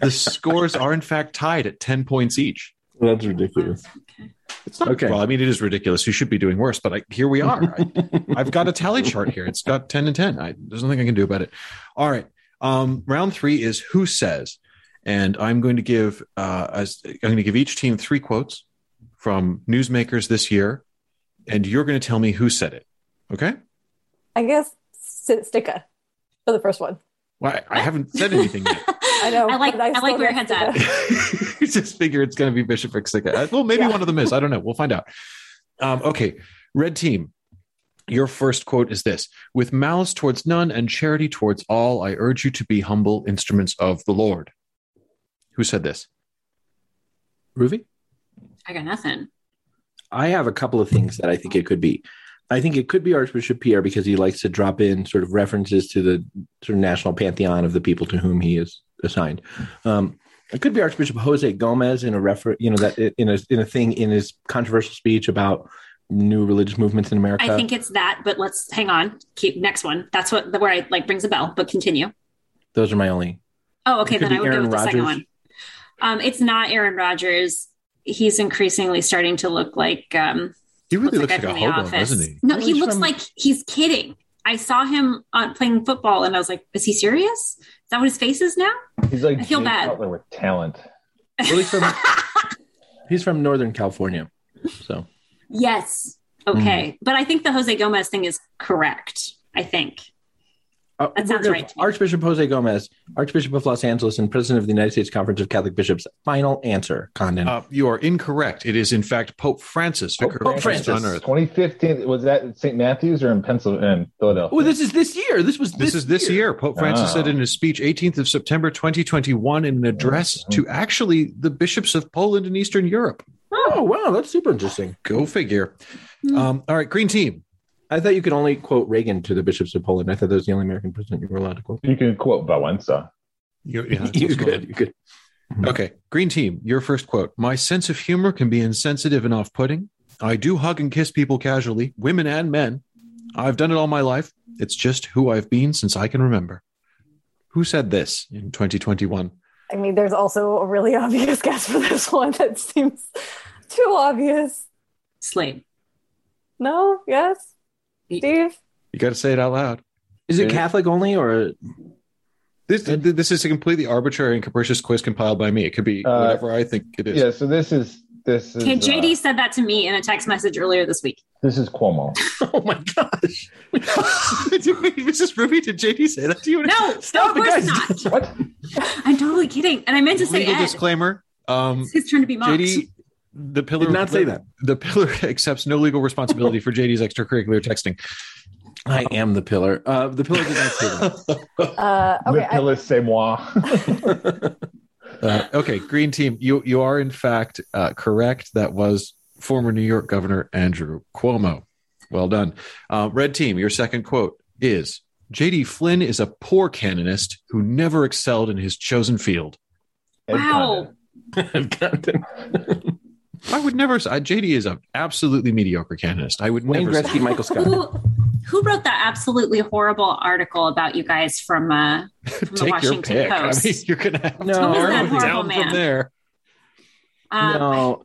the scores are in fact tied at 10 points each.
That's ridiculous.
Okay.
It's not
Okay.
well. I mean, it is ridiculous. You should be doing worse, but I, here we are. I, I've got a tally chart here. It's got ten and ten. I, there's nothing I can do about it. All right. Um, round three is who says, and I'm going to give uh, as, I'm going to give each team three quotes from newsmakers this year, and you're going to tell me who said it. Okay.
I guess S- Sticka for the first one.
Well, I, I haven't said anything yet.
I know.
I like.
but
I,
still
like where your
guess
head's at.
You [LAUGHS] just figure it's going to be Bishop Rixica. Well, maybe
Yeah.
one of them is. I don't know. We'll find out. Um, okay. Red team, your first quote is this With malice towards none and charity towards all, I urge you to be humble instruments of the Lord. Who said this?
Ruby?
I got nothing.
I have a couple of things that I think it could be. I think it could be Archbishop Pierre because he likes to drop in sort of references to the sort of national pantheon of the people to whom he is assigned. Um, it could be Archbishop Jose Gomez in a refer, you know, that in a in a thing in his controversial speech about new religious movements in America.
I think it's that, but let's hang on. Keep next one. That's what where I like rings a bell. But continue.
Those are my only.
Oh, okay.
It could
Then I
be
would
Aaron
go with the second
Rodgers.
one. Um, it's not Aaron Rodgers. He's increasingly starting to look like um,
He
what's
really looks
that
like a
guy from The
hobo,
Office?
doesn't he?
No,
Well,
he
he's
looks
from-
like he's kidding. I saw him on playing football, and I was like, "Is he serious? Is that what his face is now?"
He's like
I feel
Jay
bad.
Cutler with talent.
Well, he's
[LAUGHS]
from he's from Northern California, so
yes. Okay, but I think the Jose Gomez thing is correct. I think.
Uh,
That
we're
sounds
gonna-
right to me.
Archbishop Jose Gomez, Archbishop of Los Angeles, and President of the United States Conference of Catholic Bishops. Final answer, Condon.
Uh, you are incorrect. It is, in fact, Pope Francis, Vicar
Pope
of Christ
Francis.
on Earth.
2015 was that in St. Matthews or in Pennsylvania, in Philadelphia?
oh, this is this year. This was
This, is this year. Pope Francis
Oh.
said in his speech, 18th of September, 2021, in an address to actually the bishops of Poland and Eastern Europe.
Oh wow, that's super interesting.
Go figure.
Hmm.
Um, all right, green team.
I thought you could only quote Reagan to the bishops of Poland. I thought that was the only American president you were allowed to quote.
You can quote Valenza.
You,
[LAUGHS] you could, you could.
Okay, green team. Your first quote. My sense of humor can be insensitive and off-putting. I do hug and kiss people casually, women and men. I've done it all my life. It's just who I've been since I can remember. Who said this in 2021?
I mean, there's also a really [LAUGHS] obvious guess for this one that seems too obvious.
Slade.
No? Yes? Steve?
You got to say it out loud.
Is it
Yeah.
Catholic
[LAUGHS]
only or
This th- this is a completely arbitrary and capricious quiz compiled by me. It could be
Uh,
whatever I think it is.
Yeah, so this is this is
Okay, JD
uh,
said that to me in a text message earlier this week.
this is Cuomo.
Oh my gosh.
[LAUGHS] Did- wait, Mrs. Ruby, did JD say that to you?
[LAUGHS]
No,
Stop
of
it,
course
guys. [LAUGHS]
not.
What?
I'm totally kidding. And I meant to say
Legal
Ed.
disclaimer. Um,
It's his turn to be mocked.
JD, the pillar
Did not say that.
The pillar [LAUGHS] accepts no legal responsibility for JD's extracurricular texting.
I am the pillar. Uh, the pillar did not say that.
[LAUGHS]
Uh, okay.
Le
I,
Pillar, c'est [LAUGHS] moi.
Uh, okay, Green Team, you you are in fact uh, correct. That was former New York Governor Andrew Cuomo. Well done, uh, Red Team. Your second quote is J.D. Flynn is a poor canonist who never excelled in his chosen field.
Ed
Wow.
Condon.
Condon.
I would never. s- uh, J.D. is an absolutely mediocre canonist. I would
[LAUGHS] Wayne
never. say-
Gretzky, Michael Scott.
who, who wrote that absolutely horrible article about you guys from, uh, from
[LAUGHS]
the
Take your
Washington
pick. I
Post?
mean, you're gonna have to
No. Who is that
narrow it
horrible
down
man?
from there.
[LAUGHS]
um,
no.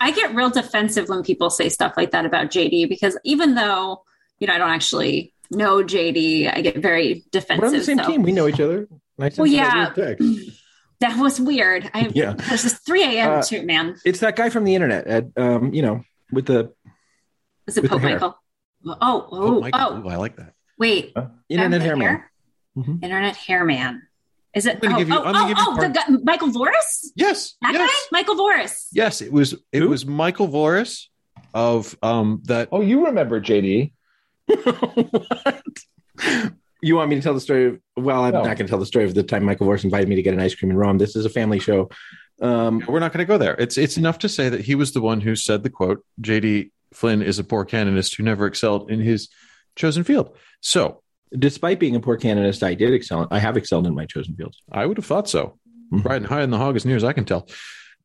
I get real defensive when people say stuff like that about JD because even though you know I don't actually no, JD, I get very defensive.
We're on the same
so-
team. We know each other. And I sent
uh, Well,
you
yeah.
that weird text.
That was weird. I
Yeah.
This is 3 a.m.
Uh,
too, man.
It's that guy from the internet, Ed. Um, you know, with the
Is it
with the
Pope
hair.
Michael? Oh, oh,
Oh,
oh,
Michael, ooh, I like that.
wait.
internet
Remember
hair man.
hair?
Mhm.
Internet hair man. Is it?
Mm-hmm. I'm gonna
oh,
give you-
oh,
I'm gonna
oh,
give you
oh, the guy, Michael Voris?
Yes.
That
yes.
guy? Michael Voris.
Yes, it was it
Who?
was Michael Voris of um that
Oh, you remember JD?
[LAUGHS] what? You want me to tell the story? Of, well, I'm
No.
not going to tell the story of the time Michael Vorse invited me to get an ice cream in Rome. This is a family show. Um,
we're not going to go there. It's it's enough to say that he was the one who said the quote, JD Flynn is a poor canonist who never excelled in his chosen field. So,
despite being a poor canonist, I did excel. I have excelled in my chosen fields.
I would have thought so.
Hmm.
Mhm.
Riding high in the hog as near as I can tell.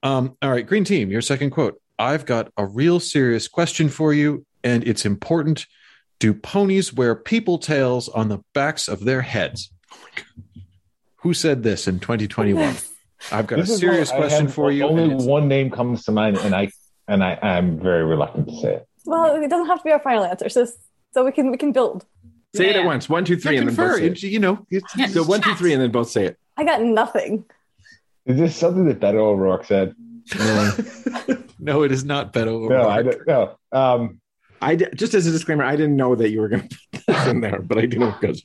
Um all right, green team, your second quote. I've got a real serious question for you and it's important. Do ponies wear people tails on the backs of their heads? Who said this in 2021? I've got
This
a
is
serious
why I
question
have-
for you. and
Only
it's-
one name comes to mind, and I and I I'm very reluctant to say it.
Well, it doesn't have to be our final answer. So, so we can we can build.
Say it
Yeah.
at once. One, two, three,
I
and then both
confer,
say
and,
it.
you know, it's-
Yeah.
So one, two, three, and then both say it.
I got nothing.
Is this something that Beto O'Rourke said?
no, it is not Beto.
No, I
O'Rourke.
don't. No. Um,
I d- just as a disclaimer, I didn't know that you were going to put this in there, but I do know it goes.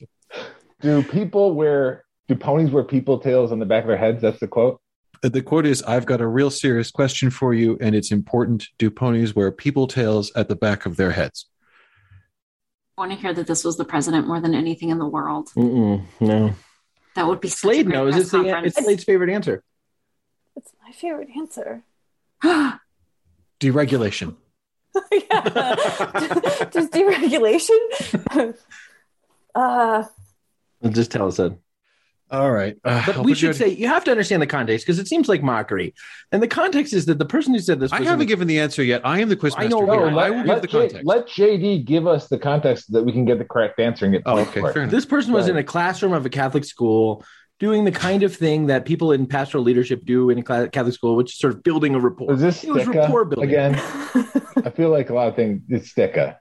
do people wear? Do ponies wear people tails on the back of their heads? That's the quote.
The quote is I've got a real serious question for you, and it's important. Do ponies wear people tails at the back of their heads?
I want to hear that this was the president more than anything in the world.
Mm-mm, no,
That would be such a
Slade
great
knows.
press
It's, the,
conference.
it's
[GASPS]
Slade's favorite answer.
It's my favorite answer. [LAUGHS]
Deregulation.
Yeah. [LAUGHS] Just deregulation. [LAUGHS] uh,
Just tell us that.
All right. Uh,
But
I'll put
we
you
should
at-
say you have to understand the context because it seems like mockery. And the context is that the person who said this was
I
in
haven't
the-
given the answer yet. I am the quizmaster.
I know,
here.
no,
I will give the
J-
context.
let JD give us the context so that we can get the correct answer and get
oh,
points
okay.
for it.
Fair enough.
this person was
Right.
in a classroom of a Catholic school doing the kind of thing that people in pastoral leadership do in a cla- Catholic school, which is sort of building a rapport.
Was this
It was
Sticka
rapport building.
again? I feel like a lot of things. It's Sticka.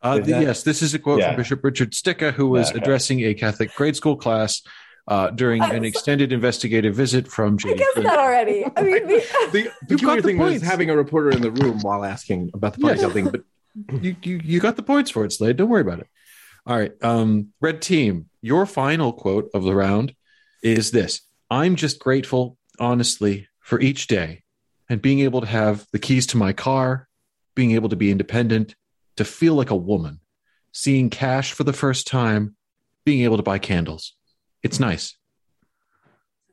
Uh,
Is
the-
that-
yes, this is a quote
Yeah.
from Bishop Richard Sticka, who was
Yeah, okay.
addressing a Catholic grade school class uh, during
I-
an extended investigative visit from
I
J.D.
guessed
Flynn.
that already. I mean, we,
The
got
peculiar
the
thing was
points.
having a reporter in the room while asking about the ponytail
Yes.
thing. But
[LAUGHS] you, you you got the points for it, Slade. Don't worry about it. All right. Um, red team, your final quote of the round is this. I'm just grateful, honestly, for each day and being able to have the keys to my car, being able to be independent, to feel like a woman, seeing cash for the first time, being able to buy candles. It's nice.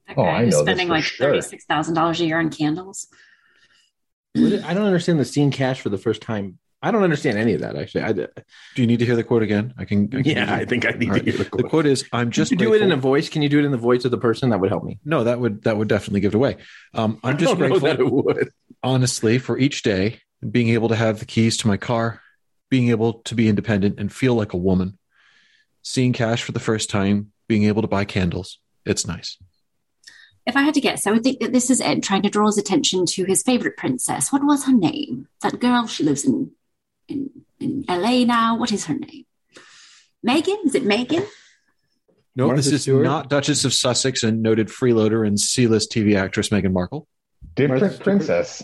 That
Oh,
guy
I
who's
know this
spending
for
like
sure.
thirty-six thousand dollars a year on candles.
I don't understand the scene cash for the first time. I don't understand any of that actually. I,
Do you need to hear the quote again? I can. I can
yeah, I think I need
All right.
to hear the
The
quote.
quote is, "I'm just
Just do it in a
grateful-
voice. Can you do it in the voice of the person? That would help me.
no. That would that would definitely give it away. Um, I'm just
[LAUGHS] I don't know
grateful
that it would.
honestly for each day being able to have the keys to my car being able to be independent and feel like a woman seeing cash for the first time being able to buy candles it's nice
If I had to guess, I would think that this is Ed trying to draw his attention to his favorite princess. What was her name? That girl. She lives in in, in L.A. now. What is her name? Megan? Is it Megan?
no
Martha
this is
Stewart?
not duchess of sussex and noted freeloader and c-list tv actress meghan markle
Different
Martha Stewart.
princess.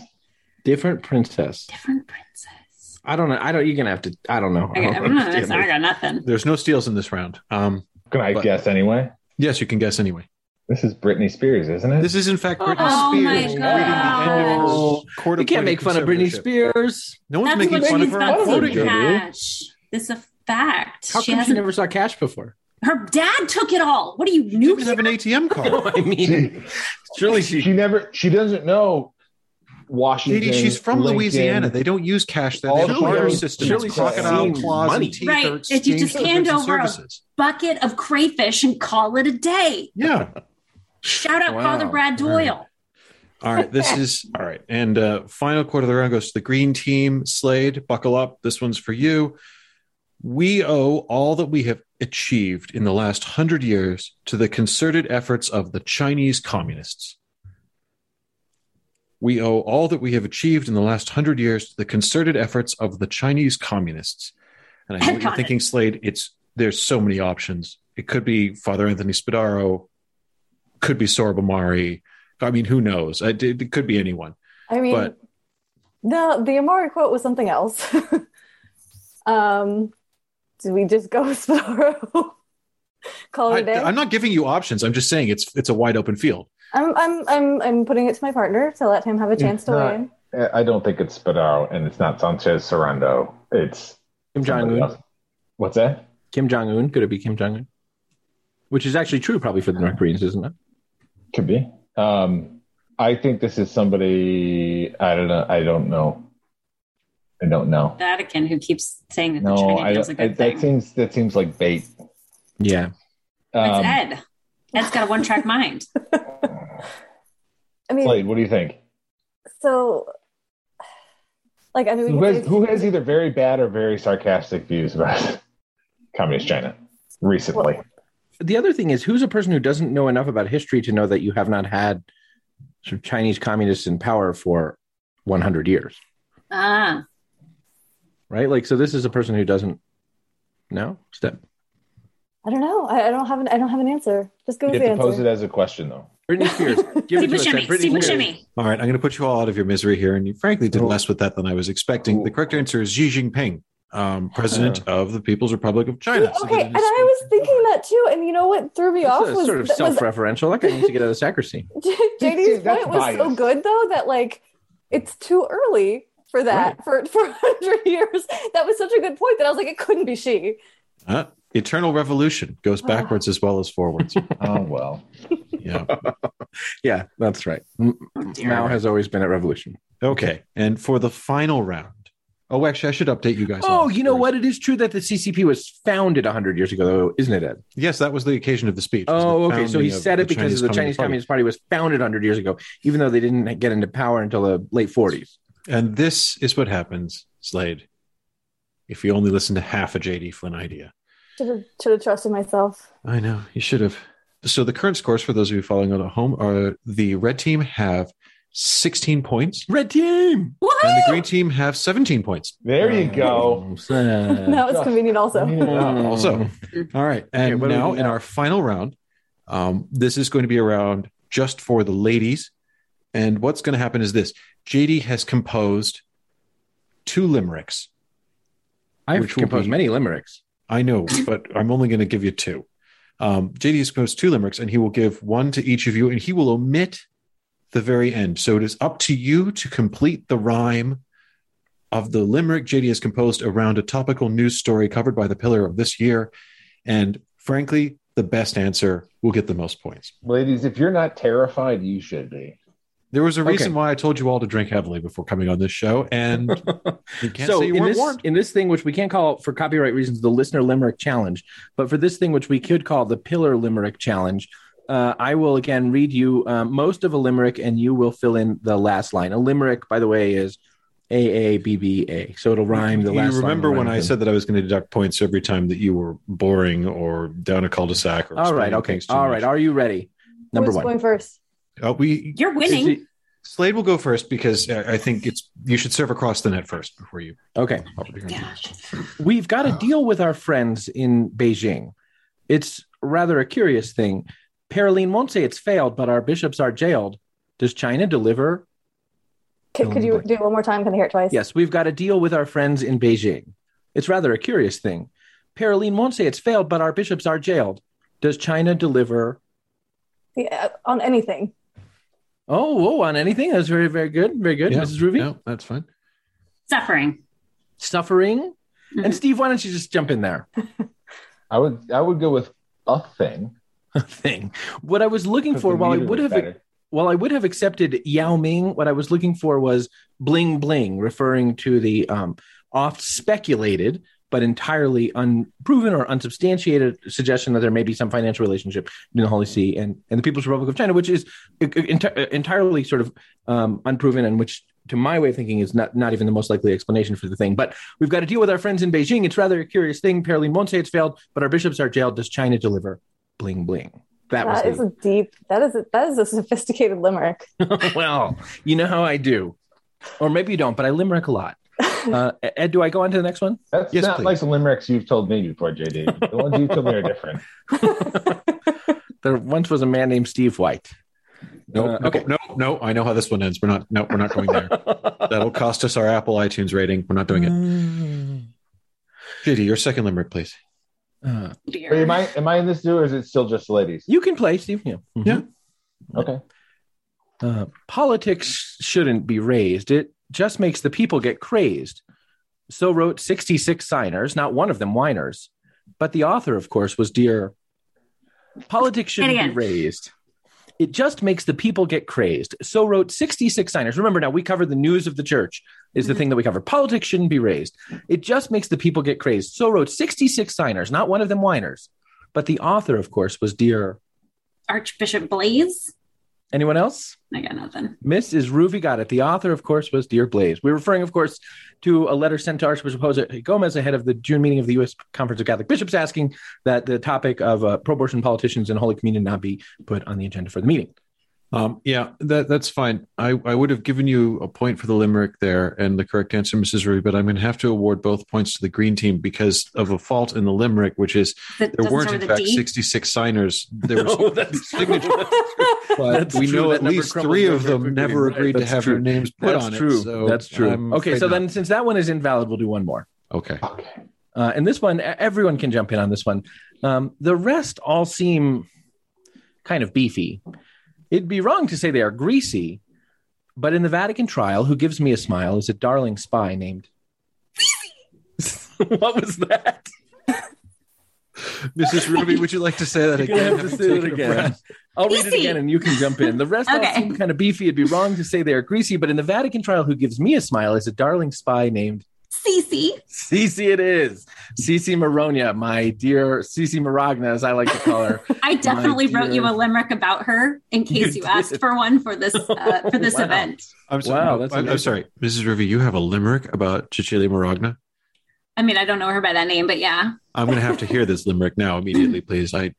Different princess.
Different princess.
I don't know. I don't. You're gonna have to. I don't know. I
Okay,
don't
I, don't know.
understand
Sorry, I
this.
got nothing.
there's no steals in this round um,
Can I
But-
guess anyway?
yes you can guess anyway
This is Britney Spears, isn't it?
this is in fact britney
Oh
spears
my
leading the end of her
gosh.
court
You can't
appointed
make fun of Britney
conservatorship.
Spears.
no one's
That's
making
what
fun of
she's
her
got
I'm quoting
to
Jodie.
her.
cash. This is a
How
fact. she
come she
hasn't.
never saw cash before?
her dad took it all. What are you
you
new?
even have an atm card
[LAUGHS] I mean,
she,
surely
she
she.
never. She doesn't know Washington.
Katie, she's from
Lincoln.
Louisiana. They don't use cash there. They
All
have a
the
barter
money-
system.
surely
It's
she's
crocodile
seen
claws
money.
and teeth.
Right.
are
It's you
exchanged
just
for
hand
goods and
over a-
services.
Bucket of crayfish and call it a day.
Yeah.
Shout out
Wow.
Father Brad Doyle.
[LAUGHS] All right. This is all right. And uh, final quarter of the round goes to the green team. Slade, buckle up. This one's for you. We owe all that we have achieved in the last hundred years to the concerted efforts of the Chinese communists. We owe all that we have achieved in the last hundred years to the concerted efforts of the Chinese communists. And I know what you're
Got it.
thinking, Slade. It's there's so many options. It could be Father Anthony Spadaro, could be Sorbamari. I mean, who knows? I did, it could be anyone.
I mean,
But-
no, the Amari quote was something else. [LAUGHS] um, did we just go [LAUGHS] with Spadaro? Call it
I,
a day.
I'm not giving you options. I'm just saying it's it's a wide open field.
I'm, I'm, I'm, I'm putting it to my partner to let him have a chance to
not-
weigh in.
I I don't think it's Spadaro, and it's not Sanchez Serrano. It's
Kim Jong
somebody
Un.
else. What's that?
Kim Jong Un. Could it be Kim Jong Un? Which is actually true, probably for the North Koreans, isn't it?
Could be. Um, I think this is somebody. I don't know. I don't know. I don't know.
Vatican, who keeps saying that the
No,
China
I,
deal's a
I-
good
that
thing.
seems that seems like bait.
Yeah.
That's
Um,
Ed. Ed's got a one track mind.
I mean,
Slade, what do you think?
so, like, I mean, we
Who
could
has,
say-
who has either very bad or very sarcastic views about [LAUGHS] communist China recently?
The other thing is, who's a person who doesn't know enough about history to know that you have not had sort of Chinese communists in power for 100 years,
Ah,
right? Like, so this is a person who doesn't know. Step.
I don't know. I, I don't have an, I don't have an answer. Just go
you
with
have
the
to pose it
answer.
as a question, though.
Britney Spears. Give
Steve
it to us. Ed.
Buscemi.
Britney
Steve
Spears.
Buscemi.
All right, I'm going to put you all out of your misery here, and you frankly did
Oh.
less with that than I was expecting.
Oh.
The correct answer is Xi Jinping, um, president of the People's Republic of China.
Yeah,
So
Oh, okay,
that
and
is-
I was thinking that too. And you know what threw me
That's
off
a
was,
sort of
that was
self-referential. That guy needs to get out of sacristy.
JD's
That's
point was so
biased.
good though that like it's too early for that for for hundred years. That was such a good point that I was like, it couldn't be she.
Uh, Eternal revolution goes
Oh.
backwards as well as
[LAUGHS]
forwards.
Oh well.
Yeah.
Yeah, that's right. M-
Oh, dear.
Mao has always been at revolution.
Okay. And for the final round. Oh, actually, I should update you guys. on
Oh,
this
you know
first.
what? It is true that the CCP was founded 100 years ago, though, isn't it, Ed?
Yes, that was the occasion of the speech. was the
Oh, okay. So he
founding of
said
the
it because the Chinese
Party.
Communist Party was founded 100 years ago, even though they didn't get into power until the late 40s.
And this is what happens, Slade, if you only listen to half a J.D. Flynn idea.
Should have should have trusted myself.
I know you should have. So the current scores for those of you following on at home are the red team have 16 points
Red team.
and the
Woohoo!
green team have 17 points.
There you
[LAUGHS] Uh-huh.
go.
[LAUGHS] that was
Yeah.
convenient also.
Also, all right. And
Okay, what do we
now
do
in
now?
our final round, um, this is going to be a round just for the ladies. And what's going to happen is this: JD has composed two limericks.
I've
Which will
composed
be-
many [LAUGHS] limericks.
I know, but I'm only going to give you two. Um, JD has composed two limericks, and he will give one to each of you, and he will omit the very end. So it is up to you to complete the rhyme of the limerick JD has composed around a topical news story covered by the pillar of this year. And frankly, the best answer will get the most points.
Ladies, if you're not terrified, you should be.
There was a
Okay.
reason why I told you all to drink heavily before coming on this show,
[LAUGHS]
and you can't
so
say you
in
weren't
this,
warned.
in this thing, which we can't call for copyright reasons, the listener limerick challenge, but for this thing, which we could call the pillar limerick challenge, uh, I will again read you uh, most of a limerick, and you will fill in the last line. A limerick, by the way, is A A B B A, so it'll rhyme the
you
last. line
remember
will rhyme
when
with
I
them.
said that I was going to deduct points every time that you were boring or down a cul-de-sac? Or
All right,
explaining
okay,
things too
all right.
much?
Are you ready? Number
Who's
one.
going first?
Uh, we
You're winning.
Slade will go first because uh, I think it's you should serve across the net first before you.
Okay.
Gosh.
we've got to deal with our friends in Beijing. It's rather a curious thing. Paroline won't say it's failed, but our bishops are jailed. Does China deliver?
Could, could you do it one more time? Can I hear it twice?
Yes, we've got to deal with our friends in Beijing. It's rather a curious thing. Paroline won't say it's failed, but our bishops are jailed. Does China deliver?
Yeah, on anything.
Oh, oh, on anything? That's very, very good. Very good.
Yeah,
Mrs. Ruby?
No, that's fine.
Suffering.
Suffering?
Mhm.
And Steve, why don't you just jump in there? [LAUGHS]
I would I would go with a thing.
thing. What I was looking
'cause
for,
the
while I
meter
would
is
have
better.
while I would have accepted Yao Ming, what I was looking for was bling bling, referring to the um, oft speculated but entirely unproven or unsubstantiated suggestion that there may be some financial relationship between the Holy See and, and the People's Republic of China, which is uh, enti- entirely sort of um, unproven and which, to my way of thinking, is not, not even the most likely explanation for the thing. But we've got to deal with our friends in Beijing. It's rather a curious thing. Paroline won't say it's failed, but our bishops are jailed. Does China deliver? Bling bling. That was
that
the-
is a deep. That is a, that is
[LAUGHS]
a sophisticated limerick.
well, you know how I do. Or maybe you don't, but I limerick a lot. Uh, Ed, do I go on to the next one?
That's
Yes,
not
please.
like the limericks you've told me before, JD. The ones you told me
[LAUGHS]
are different.
There once was a man named Steve White.
No,
Uh,
no,
okay.
no, no. I know how this one ends. We're not. No, we're not going
[LAUGHS]
there. That'll cost us our Apple iTunes rating. We're not doing
Mm.
it. JD, your second limerick, please.
Uh,
Dear.
Wait, am I am I in this too, or is it still just the ladies?
you can play Steve. Yeah. Mhm.
Yeah.
Okay.
Uh, politics shouldn't be raised. It just makes the people get crazed. So wrote 66 signers, not one of them whiners. But the author, of course, was dear. Politics shouldn't be
again.
raised. It just makes the people get crazed. So wrote 66 signers. Remember now, we covered the news of the church, is the
Mhm.
thing that we cover. Politics shouldn't be raised. It just makes the people get crazed. So wrote 66 signers, not one of them whiners. But the author, of course, was dear.
Archbishop Blaze?
Anyone else?
I got nothing.
Miss is Ruby got it. The author, of course, was Dear Blaze. We're referring, of course, to a letter sent to Archbishop Jose Gomez ahead of the June meeting of the U.S. Conference of Catholic Bishops, asking that the topic of uh, pro-abortion politicians and Holy Communion not be put on the agenda for the meeting.
Um, yeah, that that's fine. I, I would have given you a point for the limerick there and the correct answer, Mrs. Ruby, but I'm going to have to award both points to the green team because of a fault in the limerick, which is
That
there
doesn't
weren't
start
in
with a
fact
D?
66 signers.
[LAUGHS]
There were
No, that's-
signatures,
[LAUGHS]
but
That's
we
true.
know
That
at
number
least
crumbles
three of
very
them
quickly.
never
Right,
agreed to
that's
have their
true.
names put
That's
on
true.
it. So
That's true.
I'm
okay,
afraid
so
not.
then since that one is invalid, we'll do one more. [LAUGHS]
okay.
Okay.
Uh, and this one, e- everyone can jump in on this one. Um, the rest all seem kind of beefy. It'd be wrong to say they are greasy, but in the Vatican trial, who gives me a smile is a darling spy named. [LAUGHS] what was that?
Mrs. Ruby, would you like to say that
You're gonna
again?
have to
Having
say it
taken a
again.
breath.
I'll read it
Greasy.
again and you can jump in. The rest all
Okay.
seem kind of beefy. It'd be wrong to say they are greasy, but in the Vatican trial, who gives me a smile is a darling spy named.
Cece.
Cece, it is. Cece Maronia, my dear Cece Maragna, as I like to call her.
I definitely
My
wrote you
dear.
a limerick about her in case
[LAUGHS] You
you,
did.
asked for one for this uh, for this
[LAUGHS] Wow.
event.
I'm sorry.
Wow,
no,
that's
I'm, I'm
amazing.
sorry. Mrs. Ruby, you have a limerick about Cecilia Moragna?
I mean, I don't know her by that name, but yeah.
I'm going to have to hear this limerick now immediately, please. I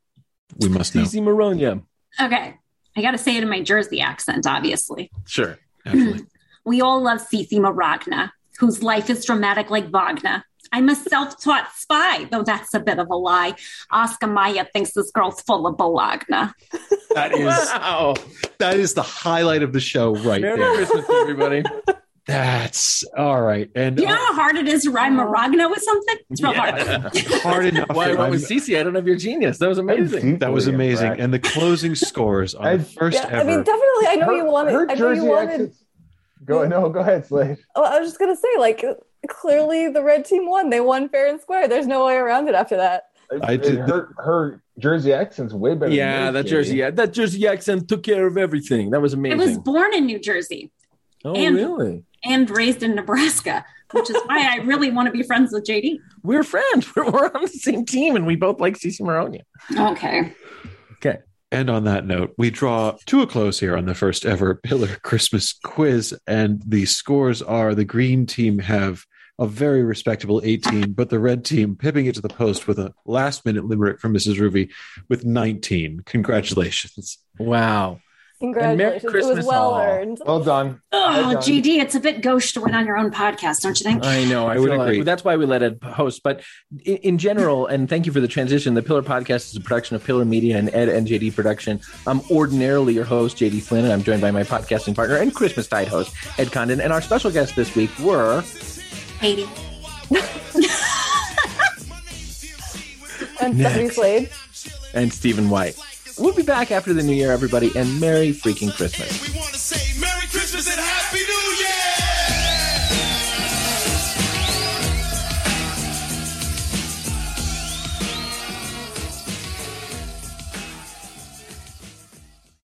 we must know.
Cece Maronia.
Okay. I got to say it in my Jersey accent, obviously.
Sure.
Actually,
[CLEARS THROAT] We all love Cece Maragna, whose life is dramatic like Wagner. I'm a self taught spy, though that's a bit of a lie. Oscar Maya thinks this girl's full of Bologna.
that is
Wow.
that is the highlight of the show right
Merry
there.
Christmas, everybody.
That's all right, and
You know
uh,
how hard it is to rhyme
Oh.
Maragna with something? It's real hard.
Yeah.
hard enough.
Why,
that
what
I'm-
was Cece? I don't have your genius. That was amazing.
that was amazing, and the closing scores on
I-
the first
yeah, I
ever.
mean, definitely. I know you wanted.
Her
I know you
Jersey
wanted.
accents- Go no, go ahead, Slade.
Oh, I was just gonna say, like, clearly the red team won. They won fair and square. There's no way around it after that.
I
And
did-
her her Jersey accent's way better.
yeah,
than yours,
that Jersey,
JD.
that Jersey accent took care of everything. That was
I
amazing.
was born in New Jersey
oh,
and-
really?
and raised in Nebraska, which is why I really want to be friends with
[LAUGHS]
JD.
We're friends. We're, we're on the same team, and we both like Cece Maronia.
Okay.
And on that note, we draw to a close here on the first ever Pillar Christmas quiz. And the scores are the green team have a very respectable 18, but the red team pipping it to the post with a last minute limerick from Mrs. Ruby with 19. Congratulations.
Wow.
Congratulations. it
Christmas
was well
all.
earned.
Well done.
Oh,
done.
GD, it's a bit gauche to win on your own podcast, don't you think?
I know. I,
I would
feel like-
agree.
that's why we let Ed host. But in, in general, and thank you for the transition. The Pillar Podcast is a production of Pillar Media and Ed and JD Production. I'm ordinarily your host, JD Flynn, and I'm joined by my podcasting partner and Christmastide host, Ed Condon. And our special guests this week were
Katie.
And Stephanie
Next.
Slade.
and Stephen White. We'll be back after the new year, everybody, and Merry freaking Christmas.
We want to say